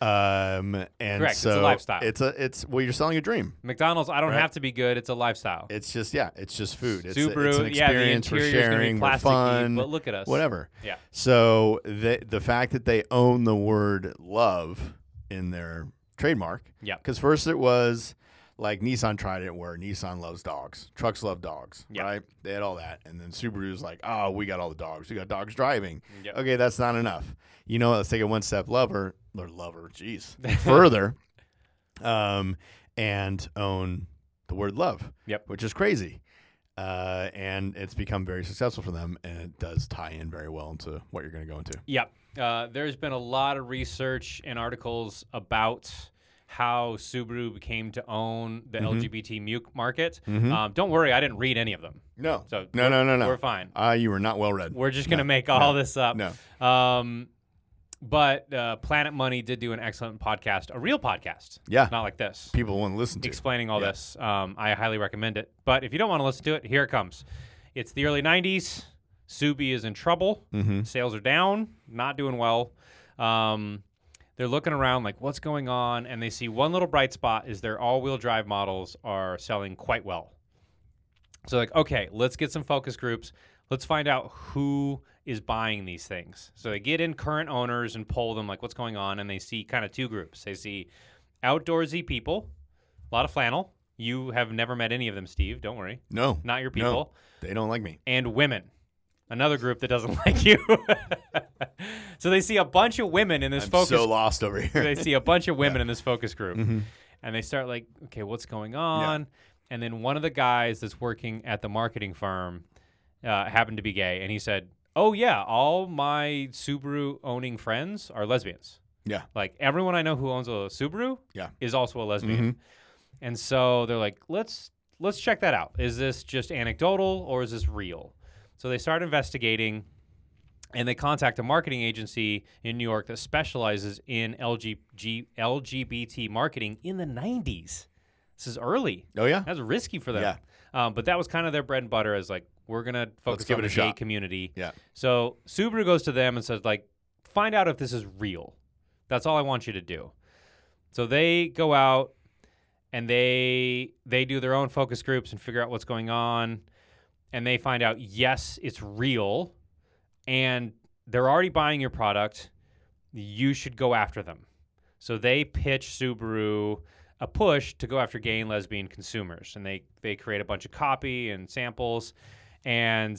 Speaker 1: Um, and
Speaker 2: Correct, it's a
Speaker 1: so
Speaker 2: lifestyle.
Speaker 1: It's a it's well, you're selling a dream.
Speaker 2: McDonald's, I don't
Speaker 1: Right.
Speaker 2: have to be good. It's a lifestyle.
Speaker 1: It's just yeah, it's just food. It's, a-
Speaker 2: Subaru,
Speaker 1: it's an experience
Speaker 2: yeah, the
Speaker 1: we're
Speaker 2: interior's gonna be
Speaker 1: sharing, we're
Speaker 2: plasticky,
Speaker 1: fun,
Speaker 2: But look at us.
Speaker 1: whatever.
Speaker 2: Yeah.
Speaker 1: So the the fact that they own the word love in their trademark,
Speaker 2: Yeah.
Speaker 1: because first it was like Nissan tried it where Nissan loves dogs, trucks love dogs,
Speaker 2: Yeah.
Speaker 1: right? They had all that, and then Subaru's like, oh, we got all the dogs, we got dogs driving.
Speaker 2: Yep.
Speaker 1: Okay, that's not enough. You know, let's take it one step lover or lover, jeez, further, um, and own the word love.
Speaker 2: Yep.
Speaker 1: which is crazy. Uh, and it's become very successful for them, and it does tie in very well into what you're going to go into.
Speaker 2: Yep. Uh, there's been a lot of research and articles about how Subaru became to own the
Speaker 1: Mm-hmm.
Speaker 2: LGBT mu- market.
Speaker 1: Mhm.
Speaker 2: Um, don't worry, I didn't read any of them.
Speaker 1: No.
Speaker 2: So
Speaker 1: no, no, no, no.
Speaker 2: We're fine.
Speaker 1: Ah, you were not well read.
Speaker 2: We're just gonna make all
Speaker 1: no,
Speaker 2: this up. No. Um, but uh, Planet Money did do an excellent podcast, a real podcast,
Speaker 1: Yeah.
Speaker 2: not like this,
Speaker 1: People want to listen to.
Speaker 2: explaining all
Speaker 1: Yeah.
Speaker 2: this. Um, I highly recommend it. But if you don't want to listen to it, here it comes. It's the early '90s. Subi is in trouble.
Speaker 1: mm-hmm.
Speaker 2: Sales are down, not doing well. Um, they're looking around like, what's going on? And they see one little bright spot is their all wheel drive models are selling quite well. So, like, okay, let's get some focus groups. Let's find out who is buying these things. So, they get in current owners and poll them, like, what's going on? And they see kind of two groups. They see outdoorsy people, a lot of flannel. You have never met any of them, Steve. Don't worry.
Speaker 1: No.
Speaker 2: Not your people
Speaker 1: No. They don't like me.
Speaker 2: and women. Another group that doesn't like you. so they see a bunch of women in this
Speaker 1: I'm
Speaker 2: focus.
Speaker 1: so lost over here.
Speaker 2: they see a bunch of women in this focus group,
Speaker 1: Mm-hmm.
Speaker 2: and they start like, okay, what's going on? And then one of the guys that's working at the marketing firm uh, happened to be gay, and he said, "Oh yeah, all my Subaru owning friends are lesbians.
Speaker 1: Yeah.
Speaker 2: Like everyone I know who owns a Subaru,
Speaker 1: Yeah. Mm-hmm.
Speaker 2: is also a lesbian." And so they're like, let's let's check that out. Is this just anecdotal or is this real? So they start investigating and they contact a marketing agency in New York that specializes in LG, LGBT marketing in the 90s. This is early.
Speaker 1: Oh yeah.
Speaker 2: That was risky for them. Um, but that was kind of their bread and butter is like, we're going to focus
Speaker 1: give
Speaker 2: on
Speaker 1: it
Speaker 2: the
Speaker 1: a
Speaker 2: gay
Speaker 1: shot.
Speaker 2: community.
Speaker 1: Yeah.
Speaker 2: So Subaru goes to them and says, like, find out if this is real. That's all I want you to do. So they go out and they they do their own focus groups and figure out what's going on and they find out yes, it's real and they're already buying your product. You should go after them. So they pitch Subaru a push to go after gay and lesbian consumers and they they create a bunch of copy and samples and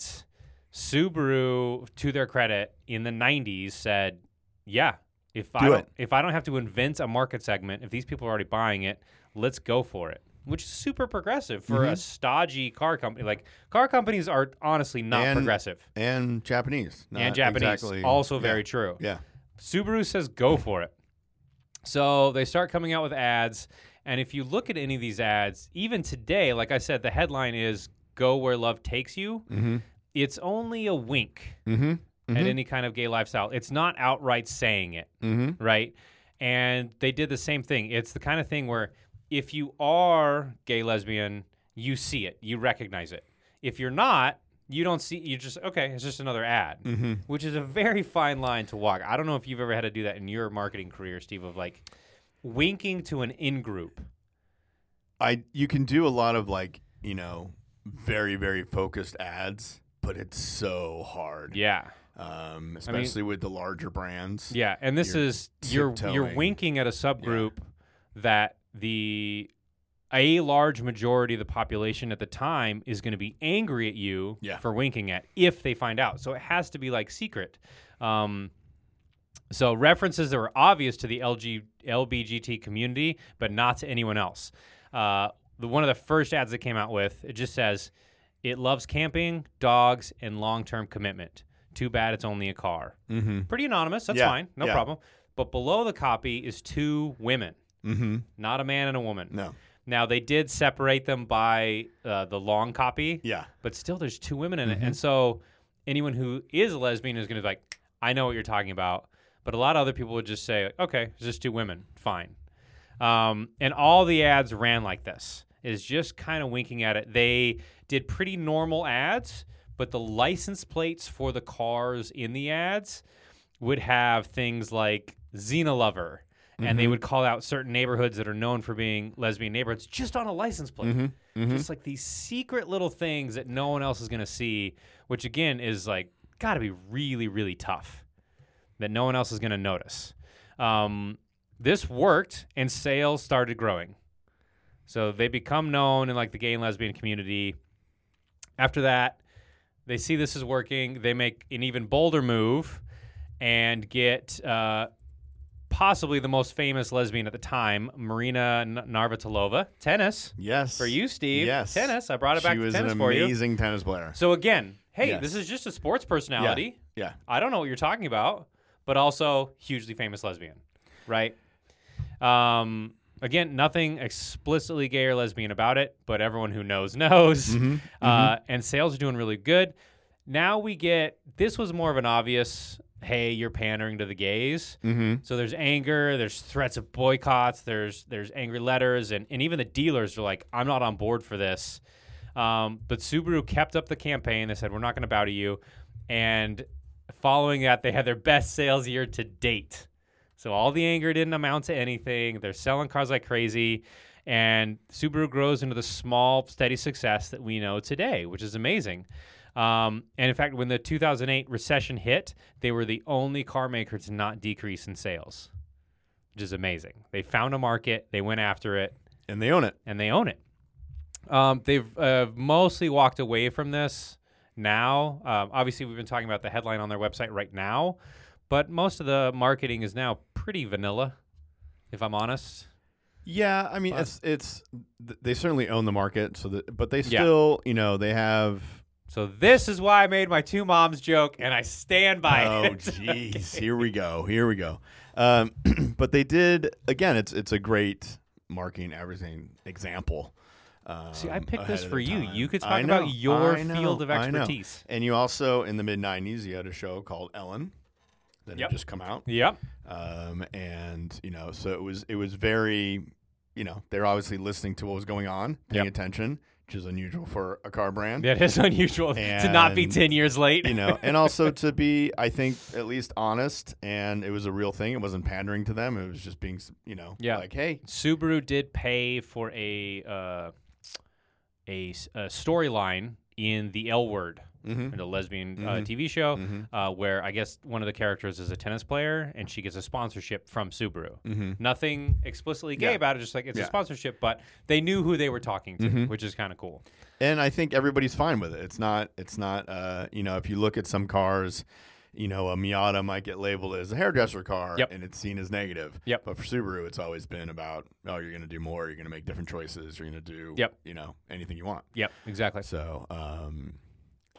Speaker 2: Subaru, to their credit, in the '90s said, "Yeah, if I
Speaker 1: Do
Speaker 2: don't,
Speaker 1: it.
Speaker 2: if I don't have to invent a market segment, if these people are already buying it, let's go for it." Which is super progressive for
Speaker 1: Mm-hmm.
Speaker 2: a stodgy car company. Like car companies are honestly not
Speaker 1: And-
Speaker 2: progressive
Speaker 1: And Japanese. Not
Speaker 2: and Japanese,
Speaker 1: Exactly.
Speaker 2: also
Speaker 1: yeah.
Speaker 2: very true.
Speaker 1: Yeah.
Speaker 2: Subaru says go for it. So they start coming out with ads. And if you look at any of these ads, even today, like I said, the headline is Go Where Love Takes You. It's only a wink
Speaker 1: Mm-hmm.
Speaker 2: at any kind of gay lifestyle. It's not outright saying it,
Speaker 1: Mm-hmm.
Speaker 2: right? And they did the same thing. It's the kind of thing where if you are gay, lesbian, you see it, you recognize it. If you're not, you don't see, you just, okay, it's just another ad
Speaker 1: Mm-hmm.
Speaker 2: which is a very fine line to walk. I don't know if you've ever had to do that in your marketing career, Steve, of like winking to an in group.
Speaker 1: I you can do a lot of like you know very very focused ads, but it's so hard.
Speaker 2: Yeah.
Speaker 1: Um, especially with the larger brands.
Speaker 2: Yeah. And this
Speaker 1: You're
Speaker 2: is you're you're
Speaker 1: tiptoeing.
Speaker 2: winking at a subgroup that the a large majority of the population at the time is going to be angry at you
Speaker 1: Yeah.
Speaker 2: for winking at if they find out. So it has to be like secret. Um, So references that were obvious to the LG, LBGT community, but not to anyone else. Uh, the one of the first ads that came out with it just says, "It loves camping, dogs, and long-term commitment. Too bad it's only a car."
Speaker 1: Mm-hmm.
Speaker 2: Pretty anonymous. That's
Speaker 1: Yeah,
Speaker 2: fine, no
Speaker 1: yeah.
Speaker 2: problem. But below the copy is two women,
Speaker 1: Mm-hmm.
Speaker 2: not a man and a woman.
Speaker 1: No.
Speaker 2: Now they did separate them by uh, the long copy,
Speaker 1: Yeah. Mm-hmm.
Speaker 2: but still there's two women in it and so anyone who is a lesbian is going to be like i know what you're talking about but a lot of other people would just say like, okay it's just two women fine um, and all the ads ran like this is just kind of winking at it they did pretty normal ads but the license plates for the cars in the ads would have things like xena lover and they would call out certain neighborhoods that are known for being lesbian neighborhoods just on a license plate just like these secret little things that no one else is going to see, which again is like got to be really, really tough that no one else is going to notice. Um, this worked and sales started growing. So they become known in like the gay and lesbian community. After that, they see this is working. They make an even bolder move and get uh, possibly the most famous lesbian at the time, Marina N- Narvatilova, tennis
Speaker 1: Yes.
Speaker 2: for you, Steve.
Speaker 1: Yes.
Speaker 2: tennis. I brought it back
Speaker 1: She
Speaker 2: to
Speaker 1: was
Speaker 2: tennis
Speaker 1: an
Speaker 2: for you.
Speaker 1: amazing tennis player.
Speaker 2: So again, hey,
Speaker 1: Yes.
Speaker 2: this is just a sports personality.
Speaker 1: Yeah.
Speaker 2: I don't know what you're talking about, but also hugely famous lesbian, right? Um, Again, nothing explicitly gay or lesbian about it, but everyone who knows knows.
Speaker 1: Mhm,
Speaker 2: Uh, and sales are doing really good. Now we get this was more of an obvious hey, you're pandering to the gays.
Speaker 1: Mm-hmm.
Speaker 2: So there's anger, there's threats of boycotts, there's there's angry letters, and, and even the dealers are like, I'm not on board for this. Um, but Subaru kept up the campaign. They said, We're not going to bow to you. And following that, they had their best sales year to date. So all the anger didn't amount to anything. They're selling cars like crazy. And Subaru grows into the small, steady success that we know today, which is amazing. Um, and in fact, when the 2008 recession hit, they were the only car maker to not decrease in sales, which is amazing. They found a market, they went after it,
Speaker 1: And they own it.
Speaker 2: and they own it. Um, they've uh, mostly walked away from this now. Um, obviously, we've been talking about the headline on their website right now, but most of the marketing is now pretty vanilla, if I'm honest.
Speaker 1: Yeah, I mean,
Speaker 2: But-
Speaker 1: it's it's th- they certainly own the market, so that but they
Speaker 2: Yeah.
Speaker 1: still, you know, they have.
Speaker 2: So this is why I made my two moms joke, and I stand by
Speaker 1: oh,
Speaker 2: it.
Speaker 1: jeez, here we go, here we go. Um, but they did again. It's it's a great marketing advertising example. Um,
Speaker 2: See, I picked
Speaker 1: ahead
Speaker 2: this
Speaker 1: of
Speaker 2: for
Speaker 1: the
Speaker 2: you.
Speaker 1: time.
Speaker 2: You could
Speaker 1: I
Speaker 2: talk about
Speaker 1: know,
Speaker 2: your
Speaker 1: I know,
Speaker 2: field of
Speaker 1: I know.
Speaker 2: expertise.
Speaker 1: And you also in the mid '90s, you had a show called Ellen that
Speaker 2: Yep.
Speaker 1: had just come out.
Speaker 2: Yep.
Speaker 1: um, and you know, so it was it was very, you know, they're obviously listening to what was going on, paying
Speaker 2: Yep.
Speaker 1: attention, which is unusual for a car brand,
Speaker 2: That is unusual to not be
Speaker 1: And,
Speaker 2: 10 years late.
Speaker 1: you know, and also to be, I think, at least honest, and it was a real thing. It wasn't pandering to them. It was just being, s- you know,
Speaker 2: Yeah.
Speaker 1: like, hey,
Speaker 2: Subaru did pay for a uh, a, s- a storyline in the L Word,
Speaker 1: mm-hmm,
Speaker 2: in the lesbian uh,
Speaker 1: Mhm.
Speaker 2: TV show,
Speaker 1: mm-hmm,
Speaker 2: uh, where I guess one of the characters is a tennis player and she gets a sponsorship from Subaru.
Speaker 1: mm-hmm.
Speaker 2: Nothing explicitly gay
Speaker 1: Yeah.
Speaker 2: about it, just like it's a
Speaker 1: Yeah.
Speaker 2: sponsorship, but they knew who they were talking to,
Speaker 1: Mhm.
Speaker 2: which is kind of cool.
Speaker 1: and I think everybody's fine with it. It's not. It's not. Uh, you know, if you look at some cars, you know, a Miata might get labeled as a hairdresser car,
Speaker 2: Yep.
Speaker 1: and it's seen as negative.
Speaker 2: Yep.
Speaker 1: But for Subaru, it's always been about, oh, you're going to do more. You're going to make different choices. You're going to do,
Speaker 2: Yep.
Speaker 1: you know, anything you want.
Speaker 2: Yep, exactly.
Speaker 1: So, um,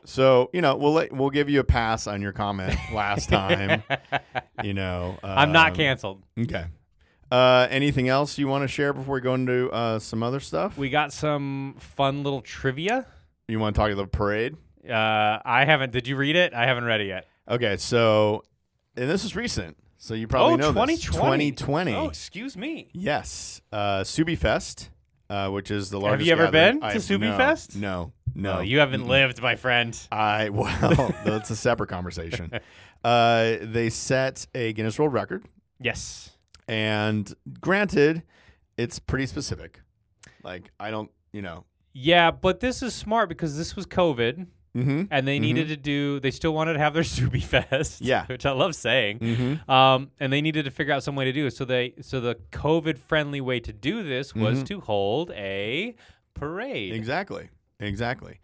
Speaker 1: so you know, we'll let, we'll give you a pass on your comment last time. you know,
Speaker 2: I'm not
Speaker 1: um,
Speaker 2: canceled.
Speaker 1: Okay. Uh, anything else you want to share before we go into uh, some other stuff?
Speaker 2: We got some fun little trivia.
Speaker 1: you want to talk about the parade?
Speaker 2: Uh, I haven't. Did you read it? I haven't read it yet.
Speaker 1: Okay, so and this is recent, so you probably
Speaker 2: Oh,
Speaker 1: know this.
Speaker 2: 2020.
Speaker 1: 2020.
Speaker 2: Oh, excuse me.
Speaker 1: Yes, uh, Subi Fest, uh, which is the largest.
Speaker 2: you ever
Speaker 1: gathering-
Speaker 2: been to
Speaker 1: I've-
Speaker 2: Subi
Speaker 1: no,
Speaker 2: Fest?
Speaker 1: No, no.
Speaker 2: Oh, you haven't
Speaker 1: Mm-mm.
Speaker 2: lived, my friend.
Speaker 1: I well, that's a separate conversation. Uh, they set a Guinness World Record,
Speaker 2: Yes.
Speaker 1: and granted, it's pretty specific. Like I don't, you know.
Speaker 2: Yeah, but this is smart because this was COVID
Speaker 1: Mm-hmm.
Speaker 2: and they
Speaker 1: Mhm.
Speaker 2: needed to do they still wanted to have their Subi Fest.
Speaker 1: Yeah.
Speaker 2: Which I love saying.
Speaker 1: Mm-hmm.
Speaker 2: Um, and they needed to figure out some way to do it. So they so the COVID friendly way to do this
Speaker 1: Mm-hmm.
Speaker 2: was to hold a parade.
Speaker 1: Exactly. Exactly.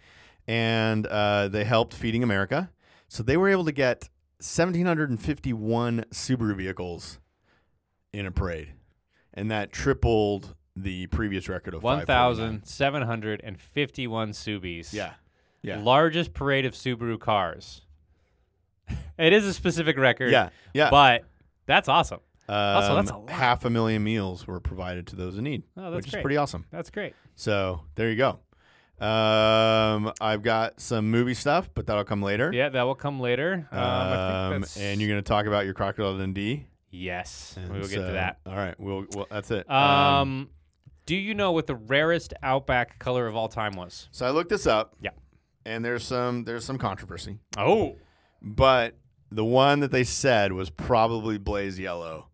Speaker 1: And uh, they helped Feeding America. So they were able to get 1,751 Subaru vehicles in a parade. And that tripled the previous record of
Speaker 2: 1,751
Speaker 1: 549.
Speaker 2: Subis.
Speaker 1: Yeah. Yeah.
Speaker 2: Largest parade of Subaru cars. it is a specific record.
Speaker 1: Yeah. Yeah.
Speaker 2: But that's awesome. also, that's
Speaker 1: Um,
Speaker 2: a lot.
Speaker 1: Half a million meals were provided to those in need,
Speaker 2: Oh, that's
Speaker 1: which
Speaker 2: great.
Speaker 1: is pretty awesome.
Speaker 2: That's great.
Speaker 1: So there you go. Um, I've got some movie stuff, but that'll come later.
Speaker 2: Yeah, that will come later. Um, I think
Speaker 1: Um,
Speaker 2: that's-
Speaker 1: and you're going to talk about your Crocodile Dundee.
Speaker 2: yes,
Speaker 1: And
Speaker 2: we will get
Speaker 1: so-
Speaker 2: to that.
Speaker 1: All right, we'll, well that's it.
Speaker 2: Um, do you know what the rarest Outback color of all time was?
Speaker 1: so I looked this up.
Speaker 2: Yeah.
Speaker 1: And there's some there's some controversy,
Speaker 2: Oh,
Speaker 1: but the one that they said was probably blaze yellow.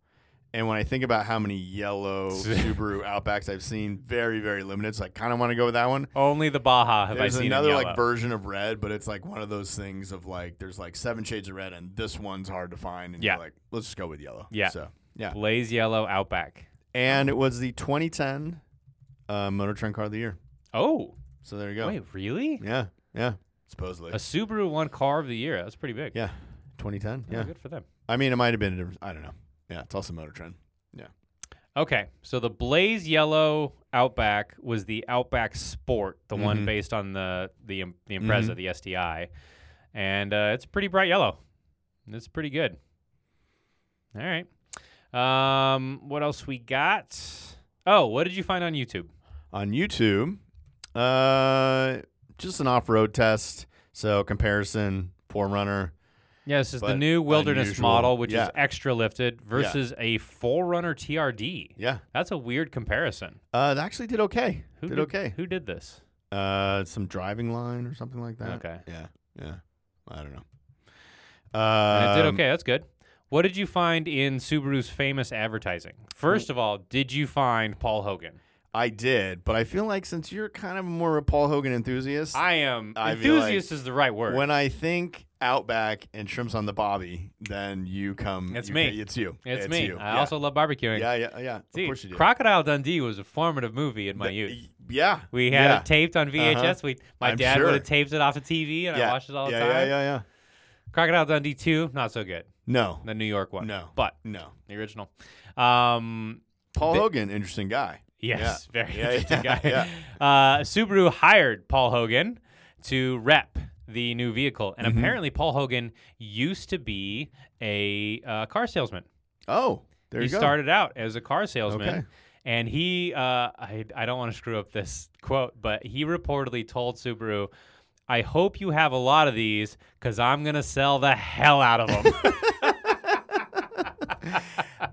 Speaker 1: And when I think about how many yellow Subaru Outbacks I've seen, very very limited, so I kind of want to go with that one.
Speaker 2: only the Baja have
Speaker 1: There's
Speaker 2: I seen in
Speaker 1: another like
Speaker 2: yellow.
Speaker 1: version of red, but it's like one of those things of like there's like seven shades of red, and this one's hard to find. And
Speaker 2: Yeah.
Speaker 1: you're like, let's just go with yellow.
Speaker 2: Yeah.
Speaker 1: So yeah,
Speaker 2: blaze yellow Outback.
Speaker 1: and it was the 2010 uh, Motor Trend Car of the Year.
Speaker 2: Oh,
Speaker 1: So there you go.
Speaker 2: wait, really?
Speaker 1: Yeah, yeah. Supposedly.
Speaker 2: A Subaru won Car of the Year. That's pretty big.
Speaker 1: yeah, 2010.
Speaker 2: Oh,
Speaker 1: Yeah.
Speaker 2: good for them.
Speaker 1: I mean, it might have been. a different- I don't know. Yeah, it's also Motor Trend.
Speaker 2: Okay, so the blaze yellow Outback was the Outback Sport, the one
Speaker 1: Mhm.
Speaker 2: based on the the Im- the Impreza, the SDI, and uh, it's pretty bright yellow. It's pretty good. All right. Um, what else we got? Oh, what did you find on YouTube?
Speaker 1: on YouTube. Uh, just an off-road test, so comparison. Forerunner,
Speaker 2: Yeah, this is the
Speaker 1: But
Speaker 2: new wilderness
Speaker 1: unusual.
Speaker 2: model, which
Speaker 1: Yeah.
Speaker 2: is extra lifted versus a Forerunner TRD.
Speaker 1: yeah,
Speaker 2: That's a weird comparison.
Speaker 1: uh, it actually did okay.
Speaker 2: Who
Speaker 1: did, okay.
Speaker 2: Who did this?
Speaker 1: Uh, some driving line or something like that.
Speaker 2: Okay.
Speaker 1: Yeah, yeah. I don't know.
Speaker 2: And
Speaker 1: Uh,
Speaker 2: it did okay. That's good. What did you find in Subaru's famous advertising? First of all, did you find Paul Hogan?
Speaker 1: Um, I did, but I feel like since you're kind of more of a Paul Hogan enthusiast,
Speaker 2: I am
Speaker 1: I feel like
Speaker 2: enthusiast is the right word.
Speaker 1: when I think Outback and shrimps on the Bobby, then you come.
Speaker 2: It's
Speaker 1: you-
Speaker 2: me.
Speaker 1: It's you.
Speaker 2: it's, me.
Speaker 1: You.
Speaker 2: I
Speaker 1: yeah.
Speaker 2: also love barbecuing.
Speaker 1: Yeah, yeah, yeah.
Speaker 2: Dude,
Speaker 1: of course you do.
Speaker 2: Crocodile Dundee was a formative movie in my
Speaker 1: Th-
Speaker 2: youth.
Speaker 1: y- Yeah.
Speaker 2: We had
Speaker 1: yeah. Uh-huh.
Speaker 2: it taped on VHS. We my
Speaker 1: I'm
Speaker 2: dad
Speaker 1: sure.
Speaker 2: would have taped it off of TV, and I watched it all the
Speaker 1: yeah,
Speaker 2: time.
Speaker 1: Yeah, yeah, yeah.
Speaker 2: Crocodile Dundee two, not so good.
Speaker 1: No,
Speaker 2: The New York one.
Speaker 1: No.
Speaker 2: But
Speaker 1: no.
Speaker 2: the original. Um
Speaker 1: Paul
Speaker 2: Th-
Speaker 1: Hogan, interesting guy.
Speaker 2: yes, very
Speaker 1: Yeah,
Speaker 2: interesting
Speaker 1: yeah,
Speaker 2: guy. Uh Subaru hired Paul Hogan to rep the new vehicle.
Speaker 1: Mm-hmm.
Speaker 2: And apparently Paul Hogan used to be a uh, car salesman.
Speaker 1: Oh, there
Speaker 2: he
Speaker 1: you go.
Speaker 2: started out as a car salesman.
Speaker 1: Okay.
Speaker 2: And he, uh, I, I don't want to screw up this quote, but he reportedly told Subaru, I hope you have a lot of these because I'm going to sell the hell out of them.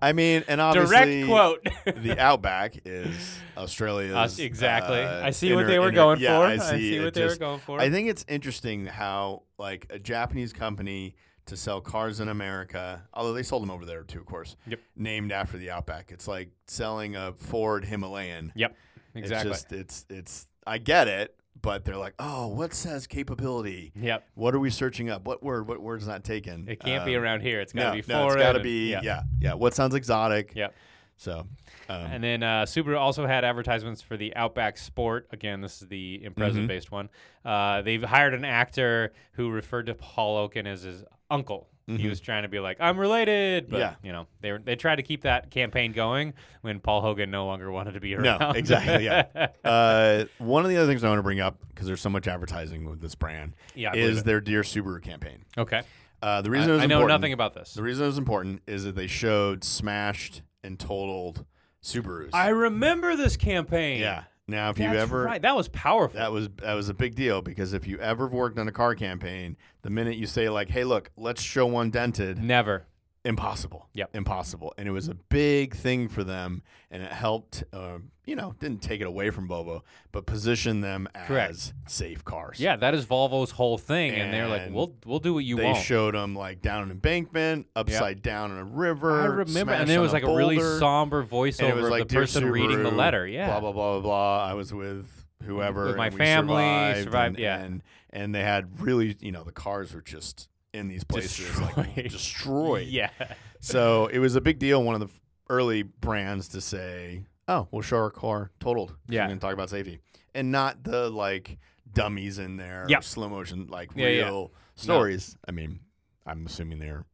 Speaker 1: I mean, and obviously,
Speaker 2: Direct quote.
Speaker 1: the Outback is Australia's.
Speaker 2: Us- exactly.
Speaker 1: uh,
Speaker 2: I see what
Speaker 1: inner-
Speaker 2: they were
Speaker 1: inner-
Speaker 2: going
Speaker 1: yeah,
Speaker 2: for.
Speaker 1: I see, it
Speaker 2: what they were
Speaker 1: just-
Speaker 2: going for.
Speaker 1: I think it's interesting how like a Japanese company to sell cars in America, although they sold them over there too, of course.
Speaker 2: Yep.
Speaker 1: Named after the Outback, it's like selling a Ford Himalayan.
Speaker 2: yep.
Speaker 1: It's
Speaker 2: Exactly.
Speaker 1: just- it's it's I get it, but they're like, oh, what says capability?
Speaker 2: yep.
Speaker 1: What are we searching up? What word? What word's not taken?
Speaker 2: It can't be
Speaker 1: Um,
Speaker 2: around here. It's got to
Speaker 1: No,
Speaker 2: be foreign.
Speaker 1: no, it's got to
Speaker 2: and-
Speaker 1: be yeah. yeah, What sounds exotic?
Speaker 2: Yep.
Speaker 1: So, um,
Speaker 2: And then uh, Subaru also had advertisements for the Outback Sport. Again, this is the
Speaker 1: Mm-hmm.
Speaker 2: Impreza based one. Uh, they've hired an actor who referred to Paul Oaken as his uncle. He was trying to be like, I'm related. But,
Speaker 1: Mm-hmm. Yeah.
Speaker 2: you know, they, were, they tried to keep that campaign going when Paul Hogan no longer wanted to be
Speaker 1: no,
Speaker 2: around.
Speaker 1: exactly. Yeah. uh, one of the other things I want to bring up because there's so much advertising with this brand
Speaker 2: Yeah, I believe
Speaker 1: is
Speaker 2: it.
Speaker 1: their Dear Subaru campaign.
Speaker 2: okay.
Speaker 1: Uh, the
Speaker 2: I,
Speaker 1: reason it was
Speaker 2: I know
Speaker 1: important-
Speaker 2: nothing about this.
Speaker 1: The reason it was important is that they showed smashed and totaled Subarus.
Speaker 2: I remember this campaign.
Speaker 1: yeah. Now, if
Speaker 2: That's
Speaker 1: you ever
Speaker 2: right. That was powerful.
Speaker 1: that was that was a big deal because if you ever have worked on a car campaign, the minute you say like, "Hey, look, let's show one dented,"
Speaker 2: Never.
Speaker 1: impossible.
Speaker 2: Yep.
Speaker 1: Impossible. And it was a big thing for them, and it helped. Um, you know, didn't take it away from Bobo, but position them as
Speaker 2: Correct.
Speaker 1: safe cars.
Speaker 2: Yeah, that is Volvo's whole thing, and, they're like,
Speaker 1: And
Speaker 2: "We'll we'll do what you
Speaker 1: They
Speaker 2: want."
Speaker 1: showed them like down an embankment, upside down in a river.
Speaker 2: I remember,
Speaker 1: smashed
Speaker 2: and there
Speaker 1: on
Speaker 2: was like a, really
Speaker 1: boulder,
Speaker 2: somber
Speaker 1: and
Speaker 2: voiceover
Speaker 1: it was
Speaker 2: of
Speaker 1: like
Speaker 2: the
Speaker 1: "Dear
Speaker 2: person reading the
Speaker 1: Subaru,
Speaker 2: letter. Yeah,
Speaker 1: blah blah blah blah blah. I was with whoever
Speaker 2: With my
Speaker 1: and we
Speaker 2: family,
Speaker 1: survived,
Speaker 2: survived-
Speaker 1: and,
Speaker 2: yeah.
Speaker 1: and and they had really you know the cars were just in these places like
Speaker 2: Destroyed.
Speaker 1: destroyed.
Speaker 2: yeah,
Speaker 1: So it was a big deal. One of the f- early brands to say, "Oh, we'll show our car totaled. 'cause
Speaker 2: Yeah.
Speaker 1: we're gonna talk about safety and not the like dummies in there,
Speaker 2: Yep.
Speaker 1: or slow motion, like
Speaker 2: Yeah, yeah.
Speaker 1: real stories." I mean, I'm assuming they're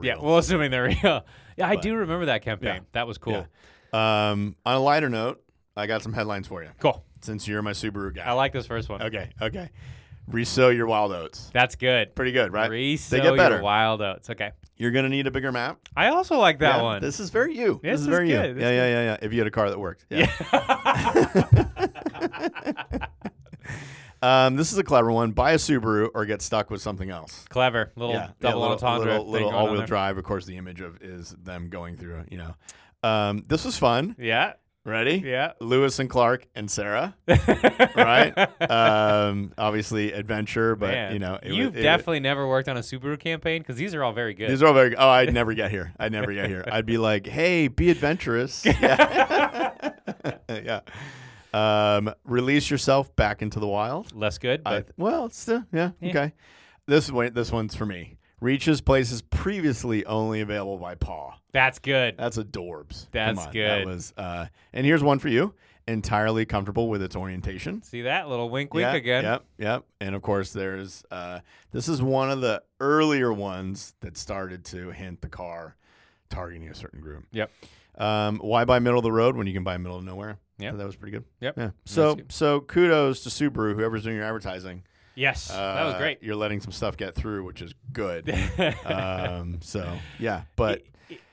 Speaker 2: yeah.
Speaker 1: real.
Speaker 2: Well, assuming they're real. Yeah, I
Speaker 1: But-
Speaker 2: do remember that campaign.
Speaker 1: Yeah.
Speaker 2: That was cool.
Speaker 1: Yeah. Um, on a lighter note, I got some headlines for you
Speaker 2: Cool.
Speaker 1: since you're my Subaru guy.
Speaker 2: I like this first one.
Speaker 1: okay, okay. Resow your wild oats.
Speaker 2: That's good.
Speaker 1: Pretty good, right?
Speaker 2: Resell
Speaker 1: get better.
Speaker 2: your wild oats. Okay.
Speaker 1: You're gonna need a bigger map.
Speaker 2: I also like that
Speaker 1: Yeah,
Speaker 2: one.
Speaker 1: This is very you. is,
Speaker 2: This is
Speaker 1: very you.
Speaker 2: good. This
Speaker 1: yeah,
Speaker 2: is
Speaker 1: yeah, yeah, yeah. If you had a car that worked. Yeah. um, this is a clever one. Buy a Subaru or get stuck with something else.
Speaker 2: Clever little
Speaker 1: yeah,
Speaker 2: double
Speaker 1: yeah, little,
Speaker 2: entendre.
Speaker 1: little,
Speaker 2: thing
Speaker 1: little
Speaker 2: going on
Speaker 1: all-wheel
Speaker 2: there.
Speaker 1: drive. Of course, the image of is them going through. You know, um, this was fun.
Speaker 2: Yeah.
Speaker 1: Ready?
Speaker 2: Yeah.
Speaker 1: Lewis and Clark and Sarah, right? um, obviously adventure, but
Speaker 2: Man,
Speaker 1: you know, it was-
Speaker 2: you've
Speaker 1: it was-
Speaker 2: definitely never worked on a Subaru campaign because these are all very good.
Speaker 1: These are all very. Oh, I'd never get here. I'd never get here. I'd be like, hey, be adventurous. Yeah. yeah. Um, release yourself back into the wild.
Speaker 2: Less good,
Speaker 1: I,
Speaker 2: but
Speaker 1: well, it's still yeah, okay. This one, this one's for me. Reaches places previously only available by paw.
Speaker 2: that's good.
Speaker 1: That's adorbs.
Speaker 2: That's
Speaker 1: Come on,
Speaker 2: good.
Speaker 1: That was. Uh, and here's one for you. Entirely comfortable with its orientation.
Speaker 2: See that little wink, wink
Speaker 1: Yeah,
Speaker 2: again.
Speaker 1: Yep, yep. And of course, there's uh, this is one of the earlier ones that started to hint the car targeting a certain group.
Speaker 2: Yep.
Speaker 1: Um, why buy middle of the road when you can buy middle of nowhere?
Speaker 2: Yep.
Speaker 1: So that was pretty good.
Speaker 2: Yep.
Speaker 1: Yeah. So
Speaker 2: good.
Speaker 1: so kudos to Subaru, whoever's doing your advertising.
Speaker 2: Yes, that was
Speaker 1: Uh,
Speaker 2: great.
Speaker 1: You're letting some stuff get through, which is good. um, so yeah, but
Speaker 2: it-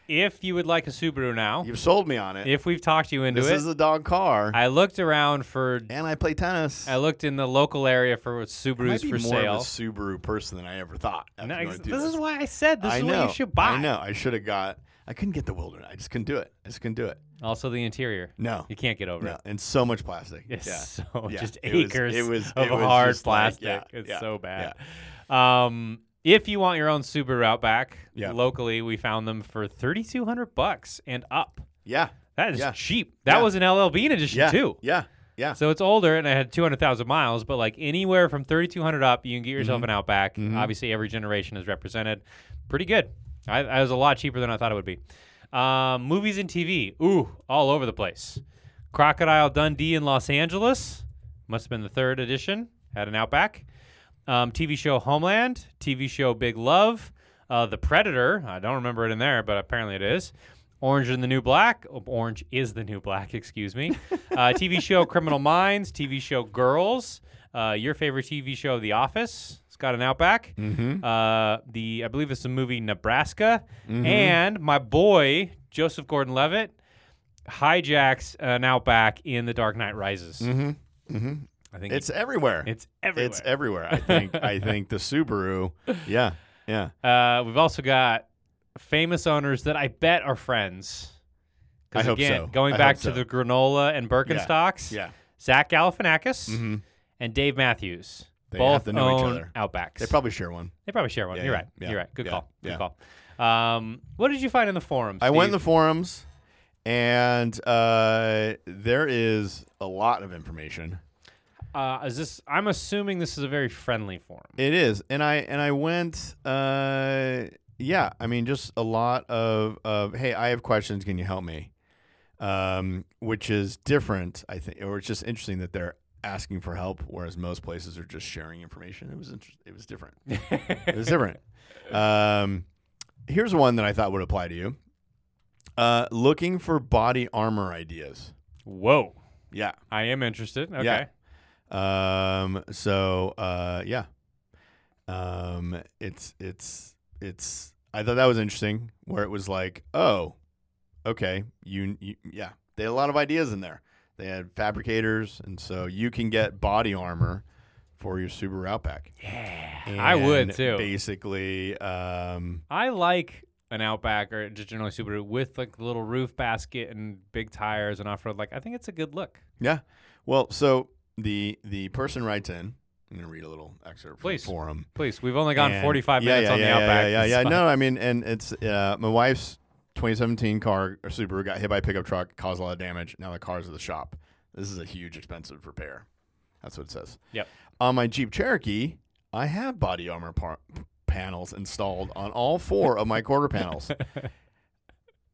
Speaker 2: if you would like a Subaru now,
Speaker 1: You've sold me on it.
Speaker 2: if we've talked you into
Speaker 1: this
Speaker 2: it,
Speaker 1: is a dog car,
Speaker 2: I looked around for.
Speaker 1: and I play tennis.
Speaker 2: I looked in the local area for
Speaker 1: I might
Speaker 2: Subarus
Speaker 1: be
Speaker 2: for
Speaker 1: more of
Speaker 2: sale.
Speaker 1: a Subaru person than I ever thought. after
Speaker 2: No,
Speaker 1: going
Speaker 2: ex-
Speaker 1: through
Speaker 2: this is why I said this
Speaker 1: I
Speaker 2: is
Speaker 1: know.
Speaker 2: what you should buy.
Speaker 1: I know. I should have got. I couldn't get the Wilderness. I just couldn't do it. I just couldn't do it.
Speaker 2: Also, the interior.
Speaker 1: No.
Speaker 2: You can't get over
Speaker 1: No. And so much plastic.
Speaker 2: it. It's so
Speaker 1: Yeah,
Speaker 2: just
Speaker 1: it was-
Speaker 2: acres
Speaker 1: it was-
Speaker 2: of
Speaker 1: it was
Speaker 2: hard
Speaker 1: just like-
Speaker 2: plastic.
Speaker 1: yeah,
Speaker 2: it's
Speaker 1: yeah,
Speaker 2: so bad.
Speaker 1: yeah.
Speaker 2: Um, if you want your own Subaru Outback,
Speaker 1: Yeah.
Speaker 2: locally we found them for thirty two hundred bucks and up.
Speaker 1: Yeah.
Speaker 2: That is
Speaker 1: Yeah.
Speaker 2: cheap. That
Speaker 1: Yeah.
Speaker 2: was an LL Bean edition
Speaker 1: Yeah.
Speaker 2: too.
Speaker 1: Yeah. Yeah.
Speaker 2: So it's older and I had 200,000 miles, but like anywhere from 3,200 up, you can get yourself an Outback. Obviously, every generation is represented. Pretty good. I, I was a lot cheaper than I thought it would be. Um, movies and TV. Ooh, all over the place. Crocodile Dundee in Los Angeles. Must have been the third edition. Had an Outback. Um, TV show Homeland. TV show Big Love. Uh, the Predator. I don't remember it in there, but apparently it is. Orange and the New Black. oh, Orange is the New Black, excuse me. Uh, TV show Criminal Minds, TV show Girls, uh, your favorite TV show, The Office. It's got an Outback.
Speaker 1: Mm-hmm.
Speaker 2: Uh, the I believe it's the movie Nebraska, and my boy Joseph Gordon-Levitt hijacks an Outback in The Dark Knight Rises.
Speaker 1: Mm-hmm. Mm-hmm.
Speaker 2: I think
Speaker 1: It's everywhere.
Speaker 2: he- it's everywhere.
Speaker 1: It's everywhere. I think. I think the Subaru. Yeah. Yeah.
Speaker 2: uh, we've also got famous owners that I bet are friends.
Speaker 1: I
Speaker 2: 'Cause
Speaker 1: hope
Speaker 2: again,
Speaker 1: so.
Speaker 2: Going
Speaker 1: I
Speaker 2: back
Speaker 1: hope
Speaker 2: to
Speaker 1: so.
Speaker 2: the granola and Birkenstocks,
Speaker 1: Yeah.
Speaker 2: Zach Galifianakis
Speaker 1: Mm-hmm.
Speaker 2: and Dave Matthews.
Speaker 1: They
Speaker 2: both
Speaker 1: have to know
Speaker 2: own
Speaker 1: each other.
Speaker 2: Outbacks.
Speaker 1: They probably share one.
Speaker 2: They probably share one.
Speaker 1: Yeah,
Speaker 2: You're
Speaker 1: yeah,
Speaker 2: right.
Speaker 1: yeah,
Speaker 2: You're right. Good
Speaker 1: yeah,
Speaker 2: call. Good
Speaker 1: yeah.
Speaker 2: call. Um, what did you find in the forums?
Speaker 1: I went in the
Speaker 2: Steve?
Speaker 1: forums, and uh, there is a lot of information.
Speaker 2: Uh, is this? I'm assuming this is a very friendly forum.
Speaker 1: It is, and I and I went. Uh, yeah, I mean, just a lot of of hey, I have questions. Can you help me? Um, which is different, I think, or it's just interesting that they're asking for help, whereas most places are just sharing information. It was inter- it was different. it was different. Um, here's one that I thought would apply to you. Uh, looking for body armor ideas.
Speaker 2: Whoa.
Speaker 1: Yeah.
Speaker 2: I am interested. Okay.
Speaker 1: Yeah. Um. So. Uh. Yeah. Um. It's. It's. It's. I thought that was interesting. Where it was like, oh, okay, you. you yeah. They had a lot of ideas in there. They had fabricators, and so you can get body armor for your Subaru Outback.
Speaker 2: Yeah. I would
Speaker 1: And
Speaker 2: too.
Speaker 1: Basically. Um.
Speaker 2: I like an Outback or just generally Subaru with like the little roof basket and big tires and off road. Like I think it's a good look.
Speaker 1: Yeah. Well. So the the person writes in. I'm gonna read a little excerpt from
Speaker 2: Please.
Speaker 1: the forum.
Speaker 2: Please, we've only gone
Speaker 1: And-
Speaker 2: 45
Speaker 1: yeah,
Speaker 2: minutes
Speaker 1: yeah,
Speaker 2: on the
Speaker 1: yeah,
Speaker 2: Outback.
Speaker 1: Yeah, yeah, yeah.
Speaker 2: It's
Speaker 1: No, I mean, and it's uh, my wife's 2017 car or Subaru got hit by a pickup truck, caused a lot of damage. Now the car's at the shop. This is a huge, expensive repair. That's what it says.
Speaker 2: Yep.
Speaker 1: On my Jeep Cherokee, I have body armor par- panels installed on all four of my quarter panels.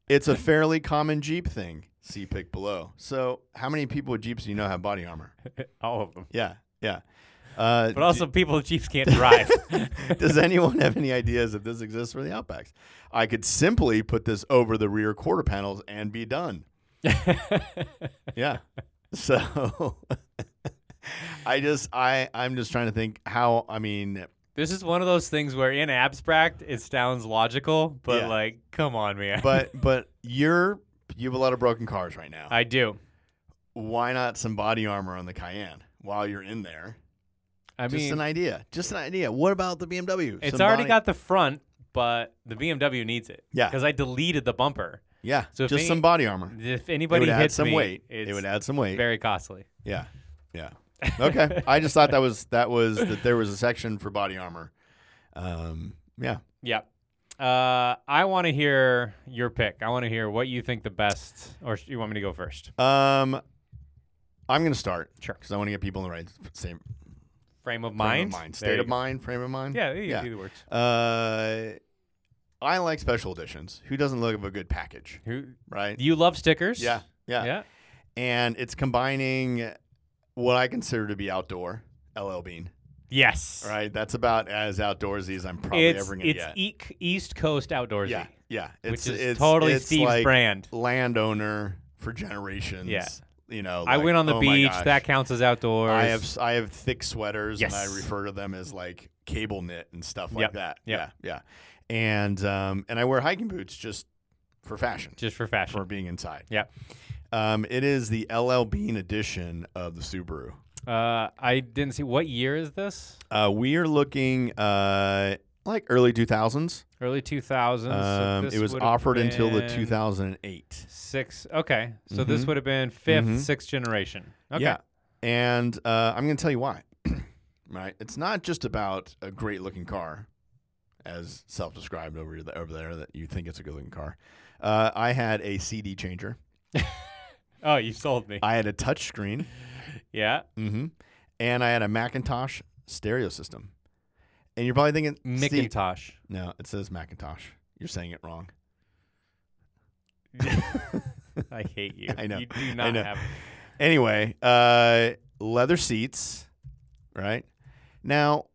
Speaker 1: It's a fairly common Jeep thing. See pic below. So, how many people with Jeeps do you know have body armor?
Speaker 2: fine. all of them.
Speaker 1: Yeah, yeah. Uh,
Speaker 2: But also, people with Jeeps can't drive.
Speaker 1: Does anyone have any ideas if this exists for the Outbacks? I could simply put this over the rear quarter panels and be done. yeah. So I just I I'm just trying to think how I mean
Speaker 2: this is one of those things where, in abstract, it sounds logical, but
Speaker 1: Yeah.
Speaker 2: like, come on, man.
Speaker 1: but but you're you have a lot of broken cars right now.
Speaker 2: I do.
Speaker 1: Why not some body armor on the Cayenne while you're in there?
Speaker 2: I
Speaker 1: just
Speaker 2: mean,
Speaker 1: an idea. Just an idea. What about the BMW?
Speaker 2: It's
Speaker 1: Some
Speaker 2: already
Speaker 1: body-
Speaker 2: got the front, but the BMW needs it.
Speaker 1: Yeah.
Speaker 2: Because I deleted the bumper.
Speaker 1: Yeah.
Speaker 2: so if
Speaker 1: just
Speaker 2: any-
Speaker 1: some body armor.
Speaker 2: If
Speaker 1: It
Speaker 2: anybody
Speaker 1: would add
Speaker 2: hits
Speaker 1: some
Speaker 2: me,
Speaker 1: weight.
Speaker 2: it's
Speaker 1: It would add some weight.
Speaker 2: very costly.
Speaker 1: Yeah. Yeah. Okay. I just thought that was that was that there was a section for body armor. Um yeah.
Speaker 2: Yeah. Uh, I want to hear your pick. I want to hear what you think the best, or sh- you want me to go first?
Speaker 1: Um I'm going to start.
Speaker 2: Sure.
Speaker 1: Cuz I want to get people in the right f- same
Speaker 2: Frame of
Speaker 1: frame
Speaker 2: mind.
Speaker 1: of mind,
Speaker 2: There
Speaker 1: state
Speaker 2: you
Speaker 1: of
Speaker 2: go.
Speaker 1: mind, frame of mind.
Speaker 2: Yeah, yeah, either works.
Speaker 1: Uh I like special editions. Who doesn't love a good package,
Speaker 2: Who,
Speaker 1: right?
Speaker 2: you love stickers?
Speaker 1: Yeah. Yeah.
Speaker 2: Yeah.
Speaker 1: And it's combining what I consider to be outdoor, LL Bean,
Speaker 2: Yes.
Speaker 1: right? That's about as outdoorsy as I'm probably
Speaker 2: It's
Speaker 1: ever going to
Speaker 2: it's
Speaker 1: get.
Speaker 2: Eek- East Coast outdoorsy,
Speaker 1: yeah. Yeah.
Speaker 2: which
Speaker 1: It's,
Speaker 2: is
Speaker 1: it's,
Speaker 2: totally
Speaker 1: it's
Speaker 2: Steve's
Speaker 1: like,
Speaker 2: brand.
Speaker 1: landowner for generations.
Speaker 2: Yeah.
Speaker 1: You know,
Speaker 2: I
Speaker 1: like,
Speaker 2: went on the
Speaker 1: oh my
Speaker 2: beach.
Speaker 1: gosh.
Speaker 2: That counts as outdoors.
Speaker 1: I have I have thick sweaters and I
Speaker 2: Yes.
Speaker 1: refer to them as like cable knit and stuff like
Speaker 2: Yep.
Speaker 1: that.
Speaker 2: Yep.
Speaker 1: Yeah, yeah. And um and I wear hiking boots just for fashion,
Speaker 2: just for fashion.
Speaker 1: for being inside.
Speaker 2: yeah.
Speaker 1: Um, it is the LL Bean edition of the Subaru.
Speaker 2: Uh, I didn't see what year is this?
Speaker 1: Uh, we are looking uh, like early 2000s.
Speaker 2: Early 2000s. Oh, so
Speaker 1: Um,
Speaker 2: this
Speaker 1: it was
Speaker 2: would've
Speaker 1: offered until the
Speaker 2: been
Speaker 1: 2008.
Speaker 2: Six. Okay. So this would have been 5th sixth generation.
Speaker 1: Mm-hmm.
Speaker 2: Okay.
Speaker 1: Yeah. And uh, I'm going to tell you why. right. It's not just about a great looking car, as self described over, the, over there, that you think it's a good looking car. Uh, I had a CD changer,
Speaker 2: Oh, you sold me.
Speaker 1: I had a touchscreen,
Speaker 2: yeah.
Speaker 1: mm-hmm, and I had a Macintosh stereo system. And you're probably thinking, Steve-
Speaker 2: Macintosh.
Speaker 1: no, it says Macintosh. You're saying it wrong.
Speaker 2: I hate you.
Speaker 1: I know.
Speaker 2: You do
Speaker 1: I
Speaker 2: not
Speaker 1: know.
Speaker 2: have.
Speaker 1: Anyway, uh, leather seats, right? Now,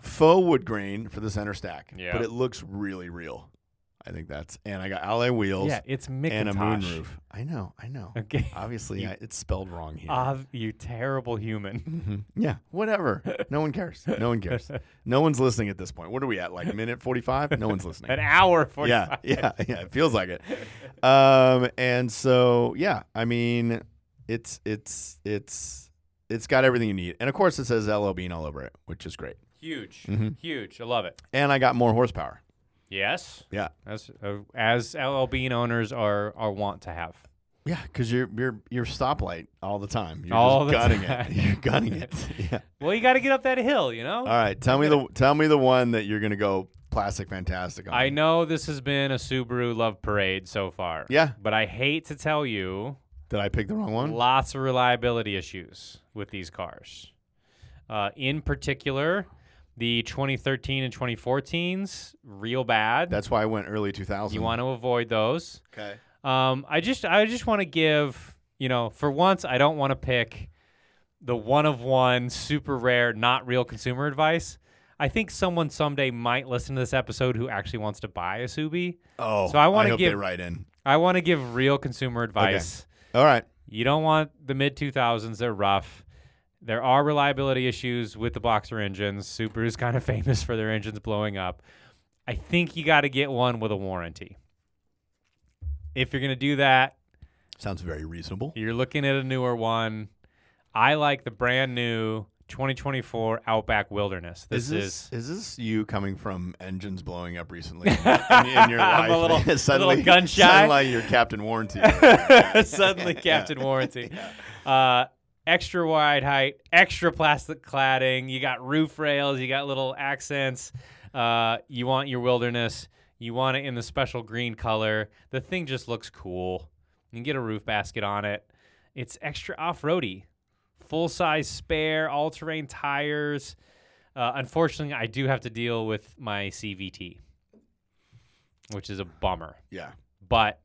Speaker 1: faux wood grain for the center stack,
Speaker 2: Yeah.
Speaker 1: but it looks really real. I think that's, and I got alloy wheels
Speaker 2: Yeah, it's
Speaker 1: and a
Speaker 2: Macintosh.
Speaker 1: moonroof. I know, I know.
Speaker 2: Okay.
Speaker 1: Obviously,
Speaker 2: You-
Speaker 1: I, it's spelled wrong here.
Speaker 2: Ah, you terrible human.
Speaker 1: Mhm. Yeah, whatever. No one cares. No one cares. No one's listening at this point. What are we at? Like minute 45? No one's listening.
Speaker 2: An hour for
Speaker 1: yeah, yeah, yeah. It feels like it. Um, and so yeah, I mean, it's it's it's it's got everything you need, and of course it says LL Bean all over it, which is great.
Speaker 2: Huge.
Speaker 1: Mhm.
Speaker 2: Huge. I love it.
Speaker 1: And I got more horsepower.
Speaker 2: Yes.
Speaker 1: Yeah,
Speaker 2: As uh, as LL Bean owners are are want to have.
Speaker 1: yeah, because you're you're you're stoplight all the time. You're
Speaker 2: All
Speaker 1: just
Speaker 2: the
Speaker 1: gunning
Speaker 2: time.
Speaker 1: it. You're gunning it. Yeah.
Speaker 2: Well, you got to get up that hill, you know.
Speaker 1: All right, tell me the tell me the one that you're gonna go plastic fantastic on.
Speaker 2: I know this has been a Subaru love parade so far.
Speaker 1: Yeah.
Speaker 2: But I hate to tell you,
Speaker 1: Did I pick the wrong one?
Speaker 2: lots of reliability issues with these cars. Uh, in particular, the 2013 and 2014s, real bad.
Speaker 1: That's why I went early 2000.
Speaker 2: you want to avoid those.
Speaker 1: okay?
Speaker 2: Um, I just I just want to give you know for once I don't want to pick the one of one super rare not real consumer advice. I think someone someday might listen to this episode who actually wants to buy a Subi.
Speaker 1: Oh,
Speaker 2: So I wanna
Speaker 1: hope they
Speaker 2: give-
Speaker 1: right in.
Speaker 2: I want to give real consumer advice.
Speaker 1: All right.
Speaker 2: You don't want the mid 2000s. They're rough. There are reliability issues with the boxer engines. Subaru's kind of famous for their engines blowing up. I think you got to get one with a warranty. If you're going to do that,
Speaker 1: Sounds very reasonable.
Speaker 2: you're looking at a newer one. I like the brand new 2024 Outback Wilderness. This
Speaker 1: Is
Speaker 2: is,
Speaker 1: this, is this you coming from engines blowing up recently in, in your life?
Speaker 2: I'm a little- little
Speaker 1: suddenly,
Speaker 2: gun shy.
Speaker 1: Suddenly, you're Captain Warranty.
Speaker 2: suddenly Captain Warranty. Uh, extra wide height, extra plastic cladding. You got roof rails. You got little accents. Uh, you want your wilderness. You want it in the special green color. The thing just looks cool. You can get a roof basket on it. It's extra off roady. Full size spare, all terrain tires. Uh, unfortunately, I do have to deal with my CVT, which is a bummer
Speaker 1: yeah.
Speaker 2: but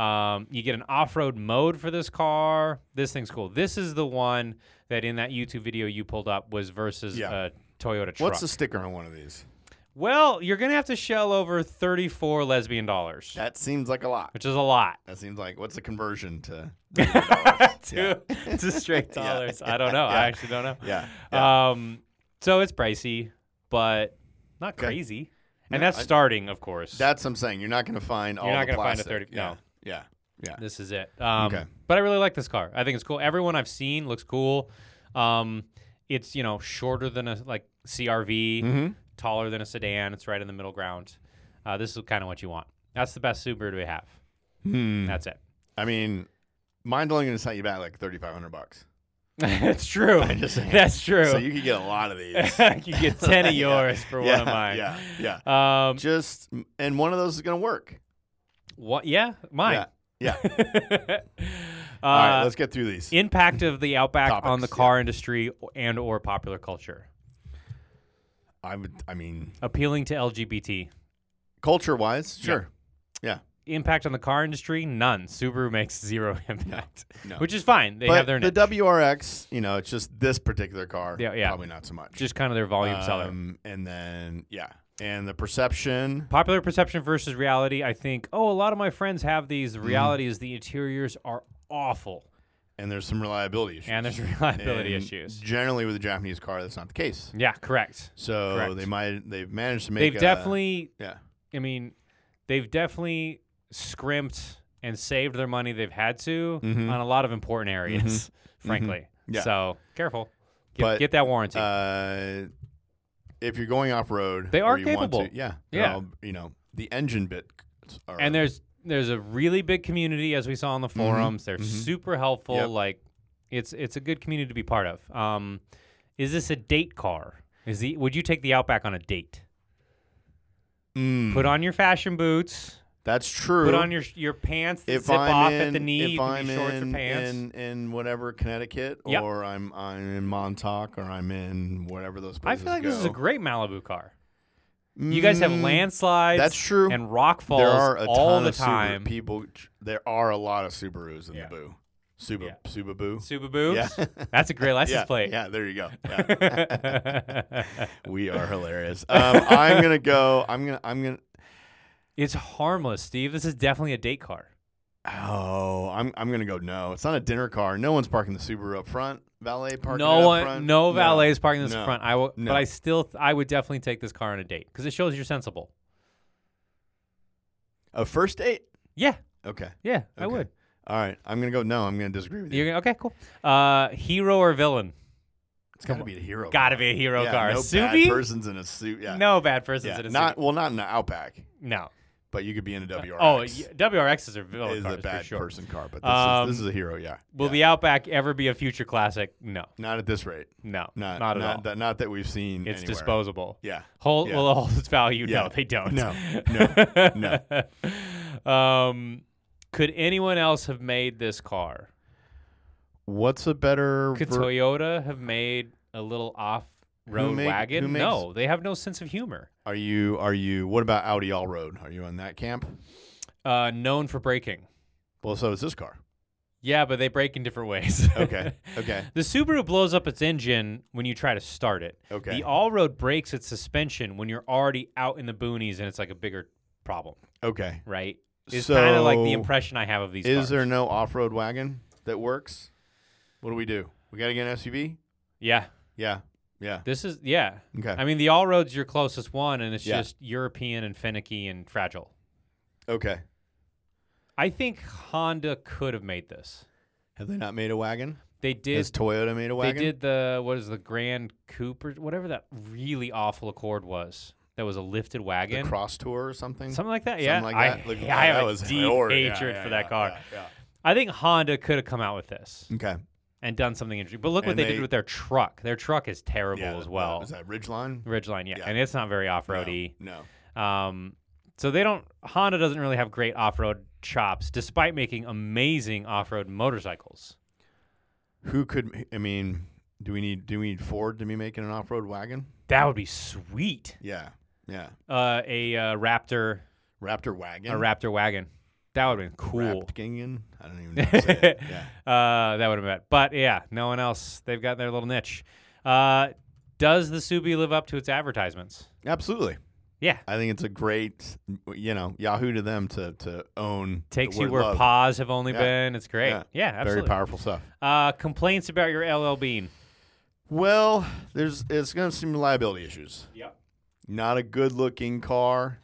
Speaker 2: um, you get an off-road mode for this car. This thing's cool. This is the one that in that YouTube video you pulled up was versus
Speaker 1: Yeah.
Speaker 2: a Toyota truck.
Speaker 1: What's the sticker on one of these?
Speaker 2: well, you're gonna have to shell over 34 lesbian dollars,
Speaker 1: That seems like a lot.
Speaker 2: which is a lot.
Speaker 1: That seems like what's the conversion to?
Speaker 2: to, to straight
Speaker 1: Yeah.
Speaker 2: dollars. I don't know.
Speaker 1: Yeah.
Speaker 2: I actually don't know.
Speaker 1: Yeah.
Speaker 2: Um, so it's pricey, but not
Speaker 1: Okay.
Speaker 2: crazy. And
Speaker 1: No,
Speaker 2: that's
Speaker 1: I-
Speaker 2: starting, of course.
Speaker 1: That's what I'm saying. You're not going to find all.
Speaker 2: You're not
Speaker 1: going to
Speaker 2: gonna find a 30
Speaker 1: Yeah.
Speaker 2: no.
Speaker 1: Yeah. Yeah.
Speaker 2: This is it. Um,
Speaker 1: Okay.
Speaker 2: But I really like this car. I think it's cool. Everyone I've seen looks cool. Um, it's you know shorter than a like CRV,
Speaker 1: Mhm.
Speaker 2: taller than a sedan. It's right in the middle ground. Uh, this is kind of what you want. That's the best Subaru we have.
Speaker 1: Hmm.
Speaker 2: That's it.
Speaker 1: I mean, mine's only going to set you back like 3,500 bucks.
Speaker 2: That's true.
Speaker 1: just saying.
Speaker 2: That's true.
Speaker 1: So you could get a lot of these.
Speaker 2: You get ten of
Speaker 1: Yeah.
Speaker 2: yours for
Speaker 1: yeah,
Speaker 2: one of mine.
Speaker 1: Yeah. Yeah.
Speaker 2: Um.
Speaker 1: Just and one of those is going to work.
Speaker 2: What? Yeah. Mine.
Speaker 1: Yeah. Yeah.
Speaker 2: uh,
Speaker 1: All right. Let's get through these.
Speaker 2: impact of the Outback on the
Speaker 1: Topics, yeah.
Speaker 2: car industry and or popular culture.
Speaker 1: I would. I mean,
Speaker 2: Appealing to LGBT.
Speaker 1: culture wise, sure. Yeah.
Speaker 2: impact on the car industry? None. Subaru makes zero impact,
Speaker 1: no.
Speaker 2: which is fine. They
Speaker 1: But
Speaker 2: have their
Speaker 1: the
Speaker 2: niche.
Speaker 1: WRX, you know, it's just this particular car.
Speaker 2: Yeah, yeah.
Speaker 1: Probably not so much.
Speaker 2: just kind of their volume seller.
Speaker 1: Um, and then yeah, and the perception.
Speaker 2: Popular perception versus reality. I think. Oh, a lot of my friends have these. The
Speaker 1: Mm-hmm.
Speaker 2: reality is the interiors are awful,
Speaker 1: And there's some reliability issues.
Speaker 2: and there's reliability
Speaker 1: And
Speaker 2: issues.
Speaker 1: Generally, with a Japanese car, that's not the case.
Speaker 2: Yeah, correct.
Speaker 1: So
Speaker 2: Correct.
Speaker 1: they might they've managed to make.
Speaker 2: They've
Speaker 1: a-
Speaker 2: definitely.
Speaker 1: yeah.
Speaker 2: I mean, they've definitely scrimped and saved their money they've had to
Speaker 1: Mhm.
Speaker 2: on a lot of important areas, frankly.
Speaker 1: Mm-hmm. Yeah.
Speaker 2: So careful. Get,
Speaker 1: But,
Speaker 2: get that warranty.
Speaker 1: Uh, if you're going off road,
Speaker 2: They are
Speaker 1: or you want to-
Speaker 2: capable.
Speaker 1: yeah, they're
Speaker 2: Yeah.
Speaker 1: all, you know the engine bit. Are,
Speaker 2: and there's there's a really big community as we saw on the forums. They're super helpful.
Speaker 1: Mm-hmm. Yep.
Speaker 2: Like it's it's a good community to be part of. Um, is this a date car? Is the would you take the Outback on a date?
Speaker 1: Mm,
Speaker 2: Put on your fashion boots.
Speaker 1: that's true.
Speaker 2: Put on your your pants that
Speaker 1: if
Speaker 2: zip
Speaker 1: I'm
Speaker 2: off
Speaker 1: in,
Speaker 2: at the knee.
Speaker 1: if
Speaker 2: you can
Speaker 1: I'm
Speaker 2: be shorts
Speaker 1: in,
Speaker 2: or pants.
Speaker 1: in in whatever Connecticut,
Speaker 2: Yep.
Speaker 1: or I'm I'm in Montauk, or I'm in whatever those
Speaker 2: I
Speaker 1: places.
Speaker 2: feel like this is a
Speaker 1: go.
Speaker 2: great Malibu car. You guys have
Speaker 1: Mm,
Speaker 2: landslides.
Speaker 1: that's true.
Speaker 2: And rock falls
Speaker 1: There are a
Speaker 2: all
Speaker 1: ton
Speaker 2: the
Speaker 1: of Subaru
Speaker 2: time.
Speaker 1: people, there are a lot of Subarus in
Speaker 2: Yeah.
Speaker 1: the boo. Suba,
Speaker 2: Yeah.
Speaker 1: Subaboo.
Speaker 2: Suba boobs.
Speaker 1: Yeah.
Speaker 2: That's a great license
Speaker 1: yeah,
Speaker 2: plate.
Speaker 1: yeah, there you go. Yeah. we are hilarious. Um, I'm gonna go. I'm gonna. I'm gonna.
Speaker 2: it's harmless, Steve. This is definitely a date car.
Speaker 1: Oh, I'm. I'm gonna go. No, it's not a dinner car. No one's parking the Subaru up front. Valet parking.
Speaker 2: no
Speaker 1: it up
Speaker 2: one,
Speaker 1: front.
Speaker 2: no valet is parking this
Speaker 1: No.
Speaker 2: front. I will,
Speaker 1: No.
Speaker 2: but I still, th- I would definitely take this car on a date because it shows you're sensible.
Speaker 1: A first date.
Speaker 2: Yeah,
Speaker 1: Okay.
Speaker 2: yeah, I
Speaker 1: Okay.
Speaker 2: would.
Speaker 1: All right. I'm gonna go. No, I'm gonna disagree with you.
Speaker 2: You're gonna, okay, cool. Uh, hero or villain?
Speaker 1: it's gotta be a hero.
Speaker 2: Gotta be a hero
Speaker 1: yeah,
Speaker 2: car.
Speaker 1: No
Speaker 2: Subi?
Speaker 1: bad persons in a suit. Yeah.
Speaker 2: No bad persons
Speaker 1: Yeah.
Speaker 2: in a
Speaker 1: Not
Speaker 2: Subi.
Speaker 1: well. Not in an Outback,
Speaker 2: No.
Speaker 1: but you could be in a WRX.
Speaker 2: Oh, y- WRXs are villain
Speaker 1: is
Speaker 2: cars
Speaker 1: a bad
Speaker 2: for sure.
Speaker 1: person car, but this,
Speaker 2: Um,
Speaker 1: is, this is a hero. Yeah.
Speaker 2: Will
Speaker 1: yeah.
Speaker 2: the Outback ever be a future classic? No,
Speaker 1: Not at this rate.
Speaker 2: no,
Speaker 1: Not.
Speaker 2: not at
Speaker 1: not
Speaker 2: all.
Speaker 1: That, not that we've seen.
Speaker 2: it's
Speaker 1: anywhere.
Speaker 2: disposable.
Speaker 1: Yeah.
Speaker 2: Hold
Speaker 1: Yeah.
Speaker 2: will hold its value. No,
Speaker 1: Yeah.
Speaker 2: they don't.
Speaker 1: No,
Speaker 2: no, no. Um, could anyone else have made this car?
Speaker 1: What's a better?
Speaker 2: Could
Speaker 1: ver-
Speaker 2: Toyota have made a little off-road
Speaker 1: make-
Speaker 2: wagon?
Speaker 1: who makes-
Speaker 2: no, they have no sense of humor.
Speaker 1: Are you are you what about Audi All Road? Are you on that camp?
Speaker 2: Uh, known for braking.
Speaker 1: Well, so is this car.
Speaker 2: Yeah, but they break in different ways.
Speaker 1: Okay. okay.
Speaker 2: The Subaru blows up its engine when you try to start it.
Speaker 1: Okay.
Speaker 2: The all-road breaks its suspension when you're already out in the boonies, and it's like a bigger problem,
Speaker 1: Okay.
Speaker 2: right? It's kind of like the
Speaker 1: So,
Speaker 2: impression I have of these.
Speaker 1: Is
Speaker 2: cars.
Speaker 1: there no off road wagon that works? What do we do? We gotta get an SUV?
Speaker 2: Yeah.
Speaker 1: Yeah. Yeah.
Speaker 2: This is yeah.
Speaker 1: Okay.
Speaker 2: I mean, the all roads your closest one, and it's
Speaker 1: Yeah.
Speaker 2: just European and finicky and fragile.
Speaker 1: okay.
Speaker 2: I think Honda could have made this.
Speaker 1: Have they not made a wagon?
Speaker 2: They
Speaker 1: Has
Speaker 2: did.
Speaker 1: Toyota made a
Speaker 2: They
Speaker 1: wagon?
Speaker 2: did the what is the Grand Coupe or whatever that really awful Accord was. That was a lifted
Speaker 1: The
Speaker 2: wagon,
Speaker 1: cross tour or something?
Speaker 2: something like that. Yeah,
Speaker 1: like
Speaker 2: I,
Speaker 1: that? Like,
Speaker 2: I
Speaker 1: wow,
Speaker 2: have
Speaker 1: that
Speaker 2: a
Speaker 1: was
Speaker 2: deep
Speaker 1: horrid. Yeah,
Speaker 2: hatred
Speaker 1: yeah,
Speaker 2: for
Speaker 1: yeah,
Speaker 2: that car.
Speaker 1: yeah,
Speaker 2: I think Honda could have come out with this
Speaker 1: yeah. Okay.
Speaker 2: and done something interesting. But look what
Speaker 1: And
Speaker 2: they,
Speaker 1: they-
Speaker 2: did with their truck. Their truck is terrible
Speaker 1: Yeah,
Speaker 2: as
Speaker 1: that-
Speaker 2: well.
Speaker 1: Is that Ridgeline?
Speaker 2: Ridgeline, yeah.
Speaker 1: Yeah.
Speaker 2: and it's not very off roady.
Speaker 1: No. no.
Speaker 2: Um, so they don't. Honda doesn't really have great off-road chops, despite making amazing off-road motorcycles.
Speaker 1: Who could I mean, do we need do we need Ford to be making an off road wagon?
Speaker 2: That would be sweet.
Speaker 1: Yeah. Yeah.
Speaker 2: Uh, a uh, Raptor,
Speaker 1: Raptor wagon.
Speaker 2: a Raptor wagon. That would have been cool.
Speaker 1: Raptingen? I don't even know. How to say it. Yeah.
Speaker 2: Uh, that would have been. But yeah, no one else. They've got their little niche. Uh, does the Subi live up to its advertisements?
Speaker 1: Absolutely.
Speaker 2: Yeah.
Speaker 1: I think it's a great, you know, Yahoo to them to to own.
Speaker 2: Takes
Speaker 1: the
Speaker 2: you
Speaker 1: word
Speaker 2: where
Speaker 1: love.
Speaker 2: paws have only
Speaker 1: Yeah.
Speaker 2: been. It's great. Yeah,
Speaker 1: Yeah.
Speaker 2: absolutely.
Speaker 1: Very powerful stuff.
Speaker 2: uh, complaints about your LL Bean.
Speaker 1: Well, there's it's going to seem liability issues.
Speaker 2: Yep.
Speaker 1: Not a good looking car.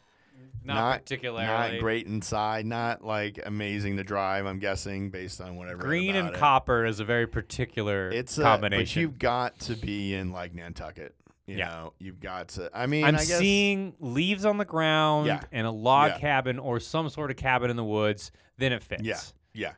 Speaker 2: Not,
Speaker 1: Not-
Speaker 2: particularly.
Speaker 1: Not great inside. Not like amazing to drive. I'm guessing based on whatever.
Speaker 2: Green and
Speaker 1: it.
Speaker 2: copper is a very particular
Speaker 1: It's a, but
Speaker 2: combination.
Speaker 1: you've got to be in like Nantucket. You
Speaker 2: Yeah.
Speaker 1: know, you've got to. I mean,
Speaker 2: I'm
Speaker 1: I guess,
Speaker 2: seeing leaves on the ground
Speaker 1: Yeah.
Speaker 2: and a log
Speaker 1: Yeah.
Speaker 2: cabin or some sort of cabin in the woods, then it fits.
Speaker 1: Yeah. Yeah.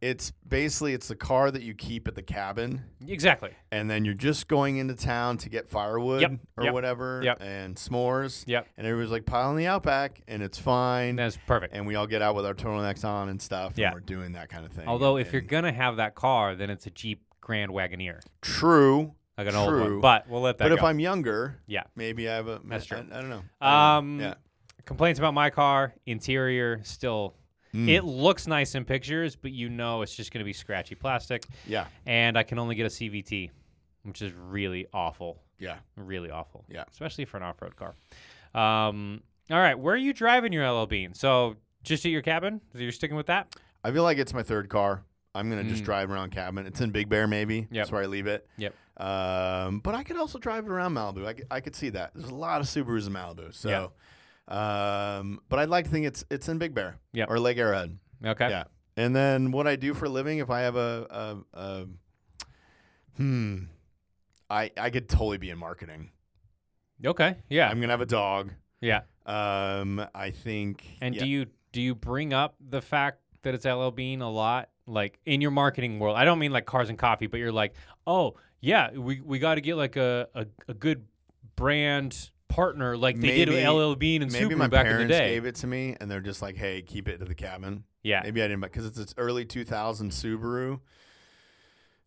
Speaker 1: It's basically it's the car that you keep at the cabin.
Speaker 2: Exactly.
Speaker 1: and then you're just going into town to get firewood
Speaker 2: Yep,
Speaker 1: or
Speaker 2: yep,
Speaker 1: whatever
Speaker 2: yep.
Speaker 1: and s'mores.
Speaker 2: Yep.
Speaker 1: And everybody's like piling the outback and it's fine.
Speaker 2: That's perfect.
Speaker 1: and we all get out with our turtlenecks on and stuff
Speaker 2: Yeah.
Speaker 1: and we're doing that kind of thing.
Speaker 2: Although if you're
Speaker 1: And
Speaker 2: gonna have that car, then it's a Jeep Grand Wagoneer.
Speaker 1: true,
Speaker 2: Like an old one.
Speaker 1: True.
Speaker 2: But we'll let that
Speaker 1: but if
Speaker 2: go.
Speaker 1: I'm Oh, younger,
Speaker 2: yeah.
Speaker 1: maybe I have a
Speaker 2: That's true.
Speaker 1: I, I don't know. I don't
Speaker 2: Um
Speaker 1: know.
Speaker 2: complaints about my car, interior, still
Speaker 1: yeah. Mm,
Speaker 2: it looks nice in pictures, but you know it's just gonna be scratchy plastic.
Speaker 1: yeah.
Speaker 2: And I can only get a CVT, which is really awful.
Speaker 1: Yeah.
Speaker 2: really awful.
Speaker 1: Yeah.
Speaker 2: especially for an off-road car. Um, all right, where are you driving your LL Bean? So just at your cabin? So you're sticking with that?
Speaker 1: I feel like it's my third car. I'm gonna
Speaker 2: Mm.
Speaker 1: just drive around cabin. It's in Big Bear, maybe. That's where I leave it.
Speaker 2: Yep.
Speaker 1: Um, but I could also drive it around Malibu. I could, I could see that. There's a lot of Subarus in Malibu, so Um, but I'd like to think it's it's in Big Bear
Speaker 2: Yeah.
Speaker 1: or Lake Arrowhead.
Speaker 2: Okay.
Speaker 1: Yeah. And then what I do for a living, if I have a, a, a hmm, I I could totally be in marketing.
Speaker 2: Okay. Yeah.
Speaker 1: I'm gonna have a dog.
Speaker 2: yeah.
Speaker 1: Um, I think.
Speaker 2: And
Speaker 1: yeah.
Speaker 2: do you do you bring up the fact that it's LL Bean a lot, like in your marketing world? I don't mean like cars and coffee, but you're like, oh yeah, we, we got to get like a, a, a good brand partner, like they did with
Speaker 1: Maybe-
Speaker 2: LL Bean and
Speaker 1: maybe
Speaker 2: Subaru
Speaker 1: my
Speaker 2: back in
Speaker 1: parents
Speaker 2: the day.
Speaker 1: gave it to me, and they're just like, "Hey, keep it to the cabin."
Speaker 2: yeah.
Speaker 1: Maybe I didn't, because it's this early 2000 Subaru.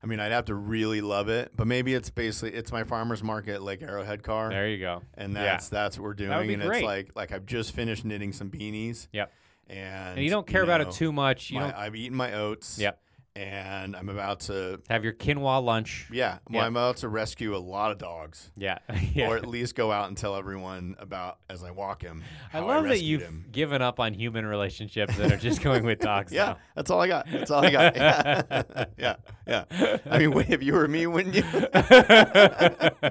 Speaker 1: I mean, I'd have to really love it, but maybe it's basically it's my farmer's market like Arrowhead car.
Speaker 2: There you go.
Speaker 1: and
Speaker 2: Yeah.
Speaker 1: that's that's what we're doing.
Speaker 2: be
Speaker 1: and
Speaker 2: great.
Speaker 1: it's like like I've just finished knitting some beanies.
Speaker 2: Yep.
Speaker 1: And,
Speaker 2: And you don't care about
Speaker 1: know,
Speaker 2: it too much. You
Speaker 1: my- uh,
Speaker 2: don't
Speaker 1: I've eaten my oats.
Speaker 2: Yep.
Speaker 1: And I'm about to
Speaker 2: have your quinoa lunch.
Speaker 1: yeah, well,
Speaker 2: Yeah.
Speaker 1: I'm about to rescue a lot of dogs.
Speaker 2: Yeah. yeah.
Speaker 1: Or at least go out and tell everyone about as I walk him.
Speaker 2: I
Speaker 1: how
Speaker 2: love that
Speaker 1: rescued
Speaker 2: you've
Speaker 1: him.
Speaker 2: given up on human relationships and are just going with dogs
Speaker 1: Yeah,
Speaker 2: now.
Speaker 1: that's all I got. That's all I got. Yeah, yeah. yeah. I mean, wait, if you were me, wouldn't you?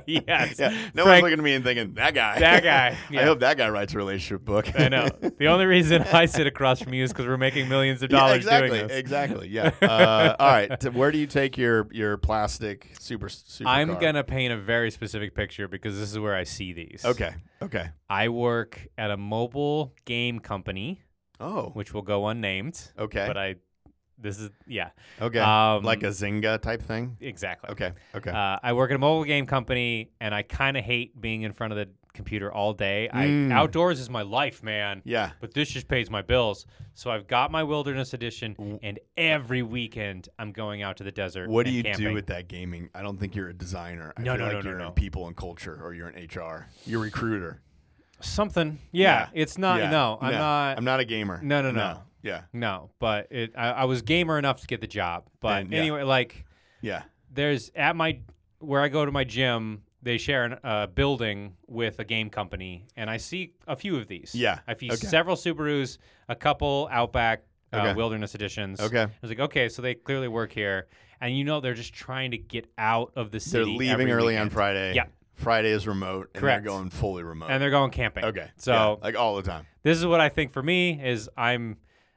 Speaker 2: yes.
Speaker 1: yeah. No one's
Speaker 2: Frank,
Speaker 1: looking at me and thinking that guy.
Speaker 2: That guy,
Speaker 1: I
Speaker 2: yeah.
Speaker 1: hope that guy writes a relationship book.
Speaker 2: I know. The only reason I sit across from you is because we're making millions of dollars
Speaker 1: yeah, exactly,
Speaker 2: doing this.
Speaker 1: Exactly. Yeah. Uh, all right. t- where do you take your your plastic super super?
Speaker 2: I'm gonna paint a very specific picture because this is where I see these.
Speaker 1: Okay. Okay.
Speaker 2: I work at a mobile game company,
Speaker 1: Oh.
Speaker 2: which will go unnamed.
Speaker 1: Okay.
Speaker 2: But I, this is yeah,
Speaker 1: okay.
Speaker 2: um,
Speaker 1: like a Zynga type thing.
Speaker 2: exactly.
Speaker 1: Okay. Okay.
Speaker 2: Uh, I work at a mobile game company, and I kind of hate being in front of the computer all day.
Speaker 1: Mm.
Speaker 2: I outdoors is my life, man.
Speaker 1: yeah.
Speaker 2: But this just pays my bills. So I've got my wilderness edition, and every weekend I'm going out to the desert.
Speaker 1: What do
Speaker 2: and
Speaker 1: you do
Speaker 2: camping.
Speaker 1: with that gaming? I don't think you're a designer. I
Speaker 2: No,
Speaker 1: feel
Speaker 2: no,
Speaker 1: like
Speaker 2: no, no,
Speaker 1: you're
Speaker 2: no.
Speaker 1: in people and culture, or you're an HR. You're a recruiter.
Speaker 2: something? Yeah, it's not.
Speaker 1: Yeah.
Speaker 2: No, I'm not.
Speaker 1: I'm not a gamer.
Speaker 2: No, no, no.
Speaker 1: Yeah.
Speaker 2: no, but it. I, I was gamer enough to get the job. But
Speaker 1: And, yeah.
Speaker 2: anyway, like
Speaker 1: Yeah.
Speaker 2: there's at my where I go to my gym. They share a uh, building with a game company, and I see a few of these.
Speaker 1: Yeah,
Speaker 2: I see
Speaker 1: okay.
Speaker 2: several Subarus, a couple Outback uh,
Speaker 1: Okay.
Speaker 2: Wilderness editions.
Speaker 1: Okay.
Speaker 2: I was like, okay, so they clearly work here, and you know they're just trying to get out of the
Speaker 1: They're
Speaker 2: city.
Speaker 1: leaving
Speaker 2: every
Speaker 1: early on
Speaker 2: weekend.
Speaker 1: Friday.
Speaker 2: Yeah.
Speaker 1: Friday is remote, and
Speaker 2: Correct.
Speaker 1: they're going fully remote.
Speaker 2: and they're going camping.
Speaker 1: okay.
Speaker 2: so
Speaker 1: Yeah, like all the time.
Speaker 2: this is what I think for me is I'm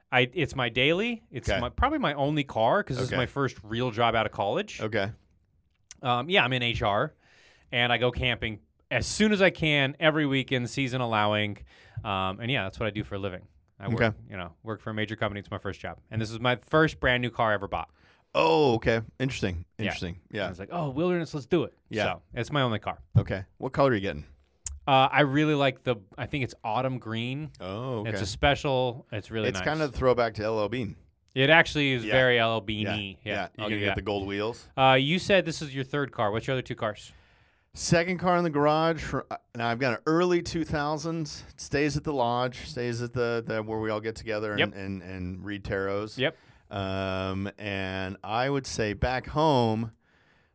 Speaker 2: I it's my daily. It's
Speaker 1: Okay.
Speaker 2: my, probably my only car because this is
Speaker 1: Okay.
Speaker 2: my first real job out of college.
Speaker 1: Okay.
Speaker 2: Um, yeah, I'm in HR, and I go camping as soon as I can every weekend, season allowing. Um, and yeah, that's what I do for a living. I work,
Speaker 1: Okay.
Speaker 2: you know, work for a major company. It's my first job, and this is my first brand new car I ever bought.
Speaker 1: Oh, okay. Interesting. Interesting.
Speaker 2: I
Speaker 1: Yeah.
Speaker 2: was like, oh, wilderness, let's do it.
Speaker 1: Yeah.
Speaker 2: so it's my only car.
Speaker 1: Okay. What color are you getting?
Speaker 2: Uh, I really like the. I think it's autumn green.
Speaker 1: Oh, okay.
Speaker 2: It's a special. It's really
Speaker 1: It's
Speaker 2: nice.
Speaker 1: kind of throwback to LL Bean.
Speaker 2: It actually is
Speaker 1: Yeah.
Speaker 2: very LL Bean-y. E. Yeah.
Speaker 1: yeah.
Speaker 2: I'll
Speaker 1: You're gonna
Speaker 2: give
Speaker 1: get
Speaker 2: you
Speaker 1: the gold wheels.
Speaker 2: that. Uh, you said this is your third car. What's your other two cars?
Speaker 1: Second car in the garage. For, uh, now I've got an early 2000s. It stays at the lodge. Stays at the, the where we all get together and
Speaker 2: Yep.
Speaker 1: and, and read tarots.
Speaker 2: Yep.
Speaker 1: Um, and I would say back home,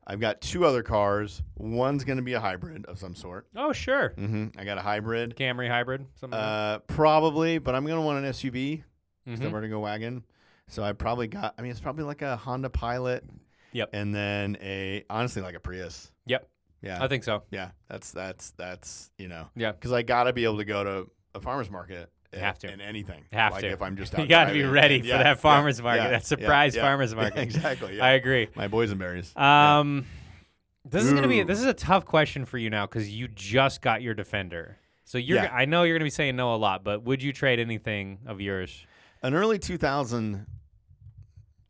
Speaker 1: I've got two other cars. One's gonna be a hybrid of some sort.
Speaker 2: Oh, sure.
Speaker 1: hmm I got a hybrid.
Speaker 2: Camry hybrid. Something. like
Speaker 1: Uh, probably, but I'm gonna want an SUV.
Speaker 2: that.
Speaker 1: It's
Speaker 2: Mhm.
Speaker 1: the Vertigo wagon. So I probably got. I mean, it's probably like a Honda Pilot.
Speaker 2: Yep.
Speaker 1: And then a honestly like a Prius.
Speaker 2: Yep.
Speaker 1: Yeah.
Speaker 2: I think so.
Speaker 1: yeah. That's that's that's you know.
Speaker 2: Yeah.
Speaker 1: Because I gotta be able to go to a farmer's market. i-
Speaker 2: Have to.
Speaker 1: in anything.
Speaker 2: Have
Speaker 1: like
Speaker 2: to.
Speaker 1: If I'm just out
Speaker 2: You got to be
Speaker 1: driving.
Speaker 2: ready
Speaker 1: Yeah,
Speaker 2: for
Speaker 1: yeah,
Speaker 2: that farmer's market,
Speaker 1: yeah,
Speaker 2: that
Speaker 1: yeah,
Speaker 2: surprise
Speaker 1: yeah.
Speaker 2: farmers
Speaker 1: Yeah,
Speaker 2: market.
Speaker 1: exactly. Yeah.
Speaker 2: I agree.
Speaker 1: My boysenberries. Yeah.
Speaker 2: Um, this is gonna be
Speaker 1: Ooh.
Speaker 2: this is a tough question for you now because you just got your Defender. So you're
Speaker 1: Yeah.
Speaker 2: I know you're gonna be saying no a lot, but would you trade anything of yours?
Speaker 1: An early 2000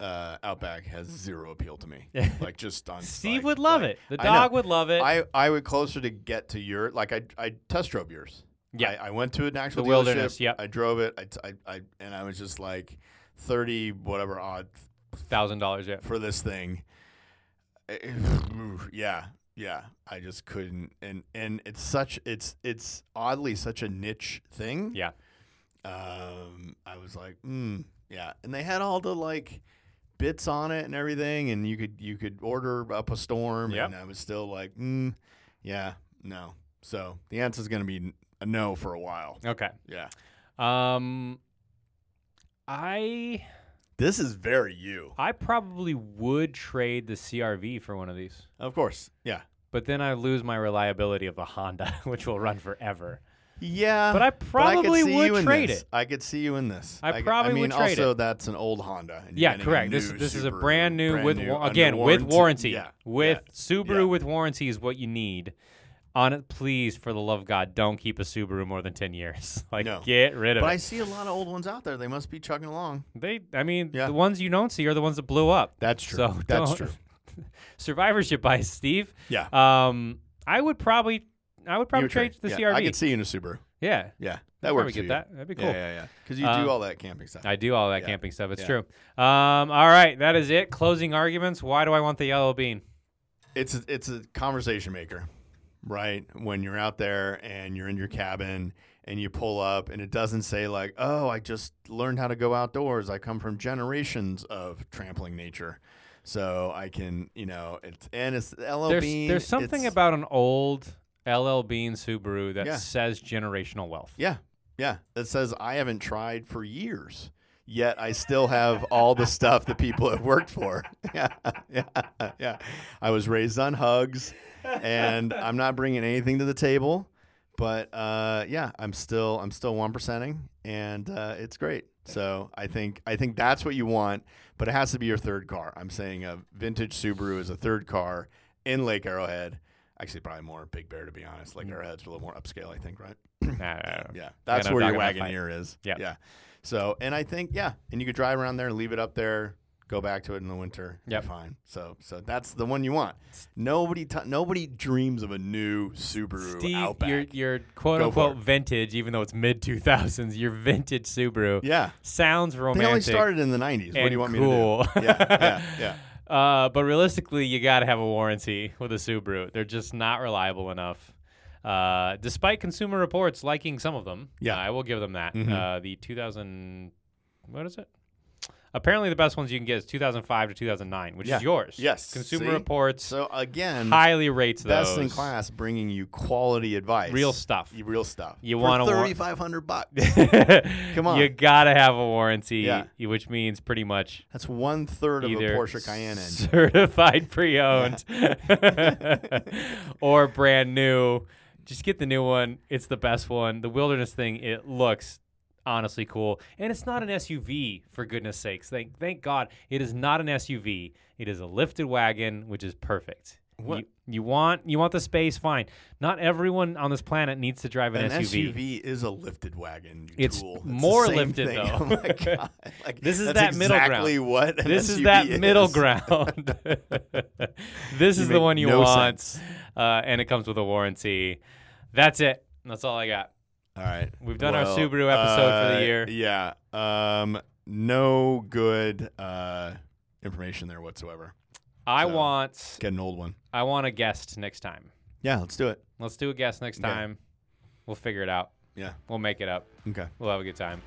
Speaker 1: uh, Outback has zero appeal to me. like just on
Speaker 2: Steve
Speaker 1: sight.
Speaker 2: would love
Speaker 1: Like,
Speaker 2: it. The
Speaker 1: I know.
Speaker 2: dog would love it.
Speaker 1: I, I would closer to get to your like I I test drove yours.
Speaker 2: Yeah.
Speaker 1: I, I went to an actual
Speaker 2: The wilderness,
Speaker 1: dealership,
Speaker 2: yep.
Speaker 1: I drove it. I, t- I, I and I was just like thirty whatever odd
Speaker 2: Thousand dollars. Yeah.
Speaker 1: for this thing. Eh, yeah, yeah. I just couldn't. And and it's such it's it's oddly such a niche thing.
Speaker 2: Yeah.
Speaker 1: Um, I was like, mm, yeah. And they had all the like bits on it and everything, and you could you could order up a storm.
Speaker 2: Yep.
Speaker 1: And I was still like, mm, yeah, no. So the answer's gonna be n- a no for a while.
Speaker 2: Okay.
Speaker 1: Yeah.
Speaker 2: Um, I
Speaker 1: This is very you.
Speaker 2: I probably would trade the CRV for one of these.
Speaker 1: Of course. Yeah.
Speaker 2: But then I lose my reliability of the Honda, which will run forever.
Speaker 1: Yeah,
Speaker 2: But
Speaker 1: Uh,
Speaker 2: I
Speaker 1: I could
Speaker 2: probably
Speaker 1: see
Speaker 2: would
Speaker 1: you in
Speaker 2: trade
Speaker 1: this.
Speaker 2: it.
Speaker 1: I could see you in this.
Speaker 2: I
Speaker 1: could-
Speaker 2: probably
Speaker 1: I mean,
Speaker 2: would trade
Speaker 1: also
Speaker 2: it.
Speaker 1: that's an old Honda. and you're
Speaker 2: Yeah,
Speaker 1: getting
Speaker 2: correct.
Speaker 1: A
Speaker 2: This
Speaker 1: new
Speaker 2: this is a
Speaker 1: Subaru,
Speaker 2: brand new with
Speaker 1: new,
Speaker 2: wa-
Speaker 1: under
Speaker 2: again with warranty.
Speaker 1: Yeah,
Speaker 2: With
Speaker 1: yeah.
Speaker 2: Subaru
Speaker 1: yeah.
Speaker 2: with warranty is what you need. On it, please, for the love of God, don't keep a Subaru more than ten years. Like,
Speaker 1: No.
Speaker 2: get rid of
Speaker 1: But I
Speaker 2: it.
Speaker 1: see a lot of old ones out there. They must be chugging along.
Speaker 2: they, I mean,
Speaker 1: Yeah.
Speaker 2: the ones you don't see are the ones that blew up.
Speaker 1: That's true.
Speaker 2: So
Speaker 1: that's
Speaker 2: don't-
Speaker 1: true.
Speaker 2: Survivorship by Steve.
Speaker 1: Yeah.
Speaker 2: Um, I would probably, I would
Speaker 1: You
Speaker 2: probably
Speaker 1: would
Speaker 2: trade the
Speaker 1: yeah,
Speaker 2: CRV.
Speaker 1: I could see you in a Subaru.
Speaker 2: yeah,
Speaker 1: Yeah, that
Speaker 2: probably
Speaker 1: works.
Speaker 2: get
Speaker 1: for
Speaker 2: that.
Speaker 1: You.
Speaker 2: That'd be
Speaker 1: Yeah,
Speaker 2: cool.
Speaker 1: Yeah, yeah, because you
Speaker 2: Uh,
Speaker 1: do all that camping stuff.
Speaker 2: I do all that
Speaker 1: Yeah.
Speaker 2: camping stuff. It's
Speaker 1: Yeah.
Speaker 2: true. Um, all right, that is it. Closing arguments. Why do I want the yellow bean?
Speaker 1: it's a, it's a conversation maker, right? When you're out there and you're in your cabin and you pull up and it doesn't say like, "Oh, I just learned how to go outdoors. I come from generations of trampling nature." So I can, you know, it's and it's LL
Speaker 2: there's
Speaker 1: Bean.
Speaker 2: there's something
Speaker 1: it's-
Speaker 2: about an old LL Bean Subaru that
Speaker 1: Yeah.
Speaker 2: says generational wealth.
Speaker 1: Yeah. Yeah. It says I haven't tried for years, yet I still have all the stuff that people have worked for. Yeah. Yeah. Yeah. I was raised on hugs and I'm not bringing anything to the table, but uh, yeah, I'm still I'm still one percenting and uh, it's great. So I think I think that's what you want, but it has to be your third car. I'm saying a vintage Subaru is a third car in Lake Arrowhead. Actually, probably more Big Bear to be honest. Lake Arrowhead's a little more upscale, I think, right?
Speaker 2: Nah, nah, nah, nah.
Speaker 1: Yeah, that's
Speaker 2: no
Speaker 1: where your
Speaker 2: dog in that
Speaker 1: wagon
Speaker 2: fight.
Speaker 1: ear is.
Speaker 2: Yeah.
Speaker 1: yeah. So, and I think yeah, and you could drive around there, leave it up there, go back to it in the winter. and
Speaker 2: Yep.
Speaker 1: you're fine. So, so that's the one you want. Nobody, t- nobody dreams of a new Subaru
Speaker 2: Steve,
Speaker 1: Outback.
Speaker 2: your your quote
Speaker 1: Go
Speaker 2: unquote
Speaker 1: for
Speaker 2: vintage, even though it's mid two thousands, your vintage Subaru
Speaker 1: yeah,
Speaker 2: sounds romantic.
Speaker 1: they only started in the '90s. What do
Speaker 2: and
Speaker 1: you want
Speaker 2: cool.
Speaker 1: me to do? Yeah, yeah, yeah.
Speaker 2: Uh, but realistically, you got to have a warranty with a Subaru. They're just not reliable enough. Uh, despite Consumer Reports liking some of them,
Speaker 1: Yeah.
Speaker 2: I will give them that.
Speaker 1: Mhm.
Speaker 2: Uh, the 2000, what is it? Apparently, the best ones you can get is 2005 to 2009, which
Speaker 1: Yeah.
Speaker 2: is yours.
Speaker 1: Yes.
Speaker 2: Consumer
Speaker 1: See?
Speaker 2: Reports
Speaker 1: So again,
Speaker 2: highly rates
Speaker 1: best
Speaker 2: those.
Speaker 1: in class, bringing you quality advice,
Speaker 2: Real stuff.
Speaker 1: Y- real stuff.
Speaker 2: You
Speaker 1: For
Speaker 2: wanna wa-
Speaker 1: 3,500 bucks.
Speaker 2: Come
Speaker 1: on.
Speaker 2: you gotta have a warranty,
Speaker 1: Yeah.
Speaker 2: y- which means pretty much
Speaker 1: That's one third of a
Speaker 2: either
Speaker 1: Porsche Cayenne engine.
Speaker 2: certified pre-owned or brand new. Just get the new one. It's the best one. The Wilderness thing, it looks honestly cool. And it's not an SUV for goodness sakes. Thank thank God it is not an SUV. It is a lifted wagon, which is perfect.
Speaker 1: What-
Speaker 2: You, you want you want the space fine. Not everyone on this planet needs to drive an,
Speaker 1: An SUV is a lifted wagon. You
Speaker 2: It's
Speaker 1: tool.
Speaker 2: more
Speaker 1: the same
Speaker 2: lifted,
Speaker 1: thing.
Speaker 2: though.
Speaker 1: Oh my god! Like,
Speaker 2: This is
Speaker 1: that's
Speaker 2: that middle ground.
Speaker 1: exactly what an
Speaker 2: this is
Speaker 1: SUV
Speaker 2: that middle
Speaker 1: is.
Speaker 2: ground. this is the
Speaker 1: make
Speaker 2: one you
Speaker 1: no
Speaker 2: want, uh, and it comes with a warranty. That's it. That's all I got.
Speaker 1: All right,
Speaker 2: We've done our
Speaker 1: Well,
Speaker 2: Subaru episode for the
Speaker 1: uh,
Speaker 2: year.
Speaker 1: Yeah. Um. No good uh, information there whatsoever.
Speaker 2: I
Speaker 1: so-
Speaker 2: want
Speaker 1: Get an old one.
Speaker 2: I want a guest next time.
Speaker 1: Yeah. Let's do it.
Speaker 2: Let's do a guest next
Speaker 1: Okay.
Speaker 2: time. We'll figure it out.
Speaker 1: Yeah.
Speaker 2: We'll make it up.
Speaker 1: Okay.
Speaker 2: We'll have a good time.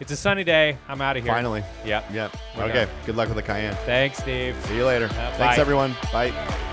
Speaker 2: It's a sunny day. I'm out of here.
Speaker 1: Finally.
Speaker 2: Yep.
Speaker 1: Yep.
Speaker 2: We're
Speaker 1: okay. Good luck with the Cayenne.
Speaker 2: Thanks, Steve.
Speaker 1: See you later.
Speaker 2: Uh,
Speaker 1: Thanks,
Speaker 2: bye.
Speaker 1: everyone. Bye.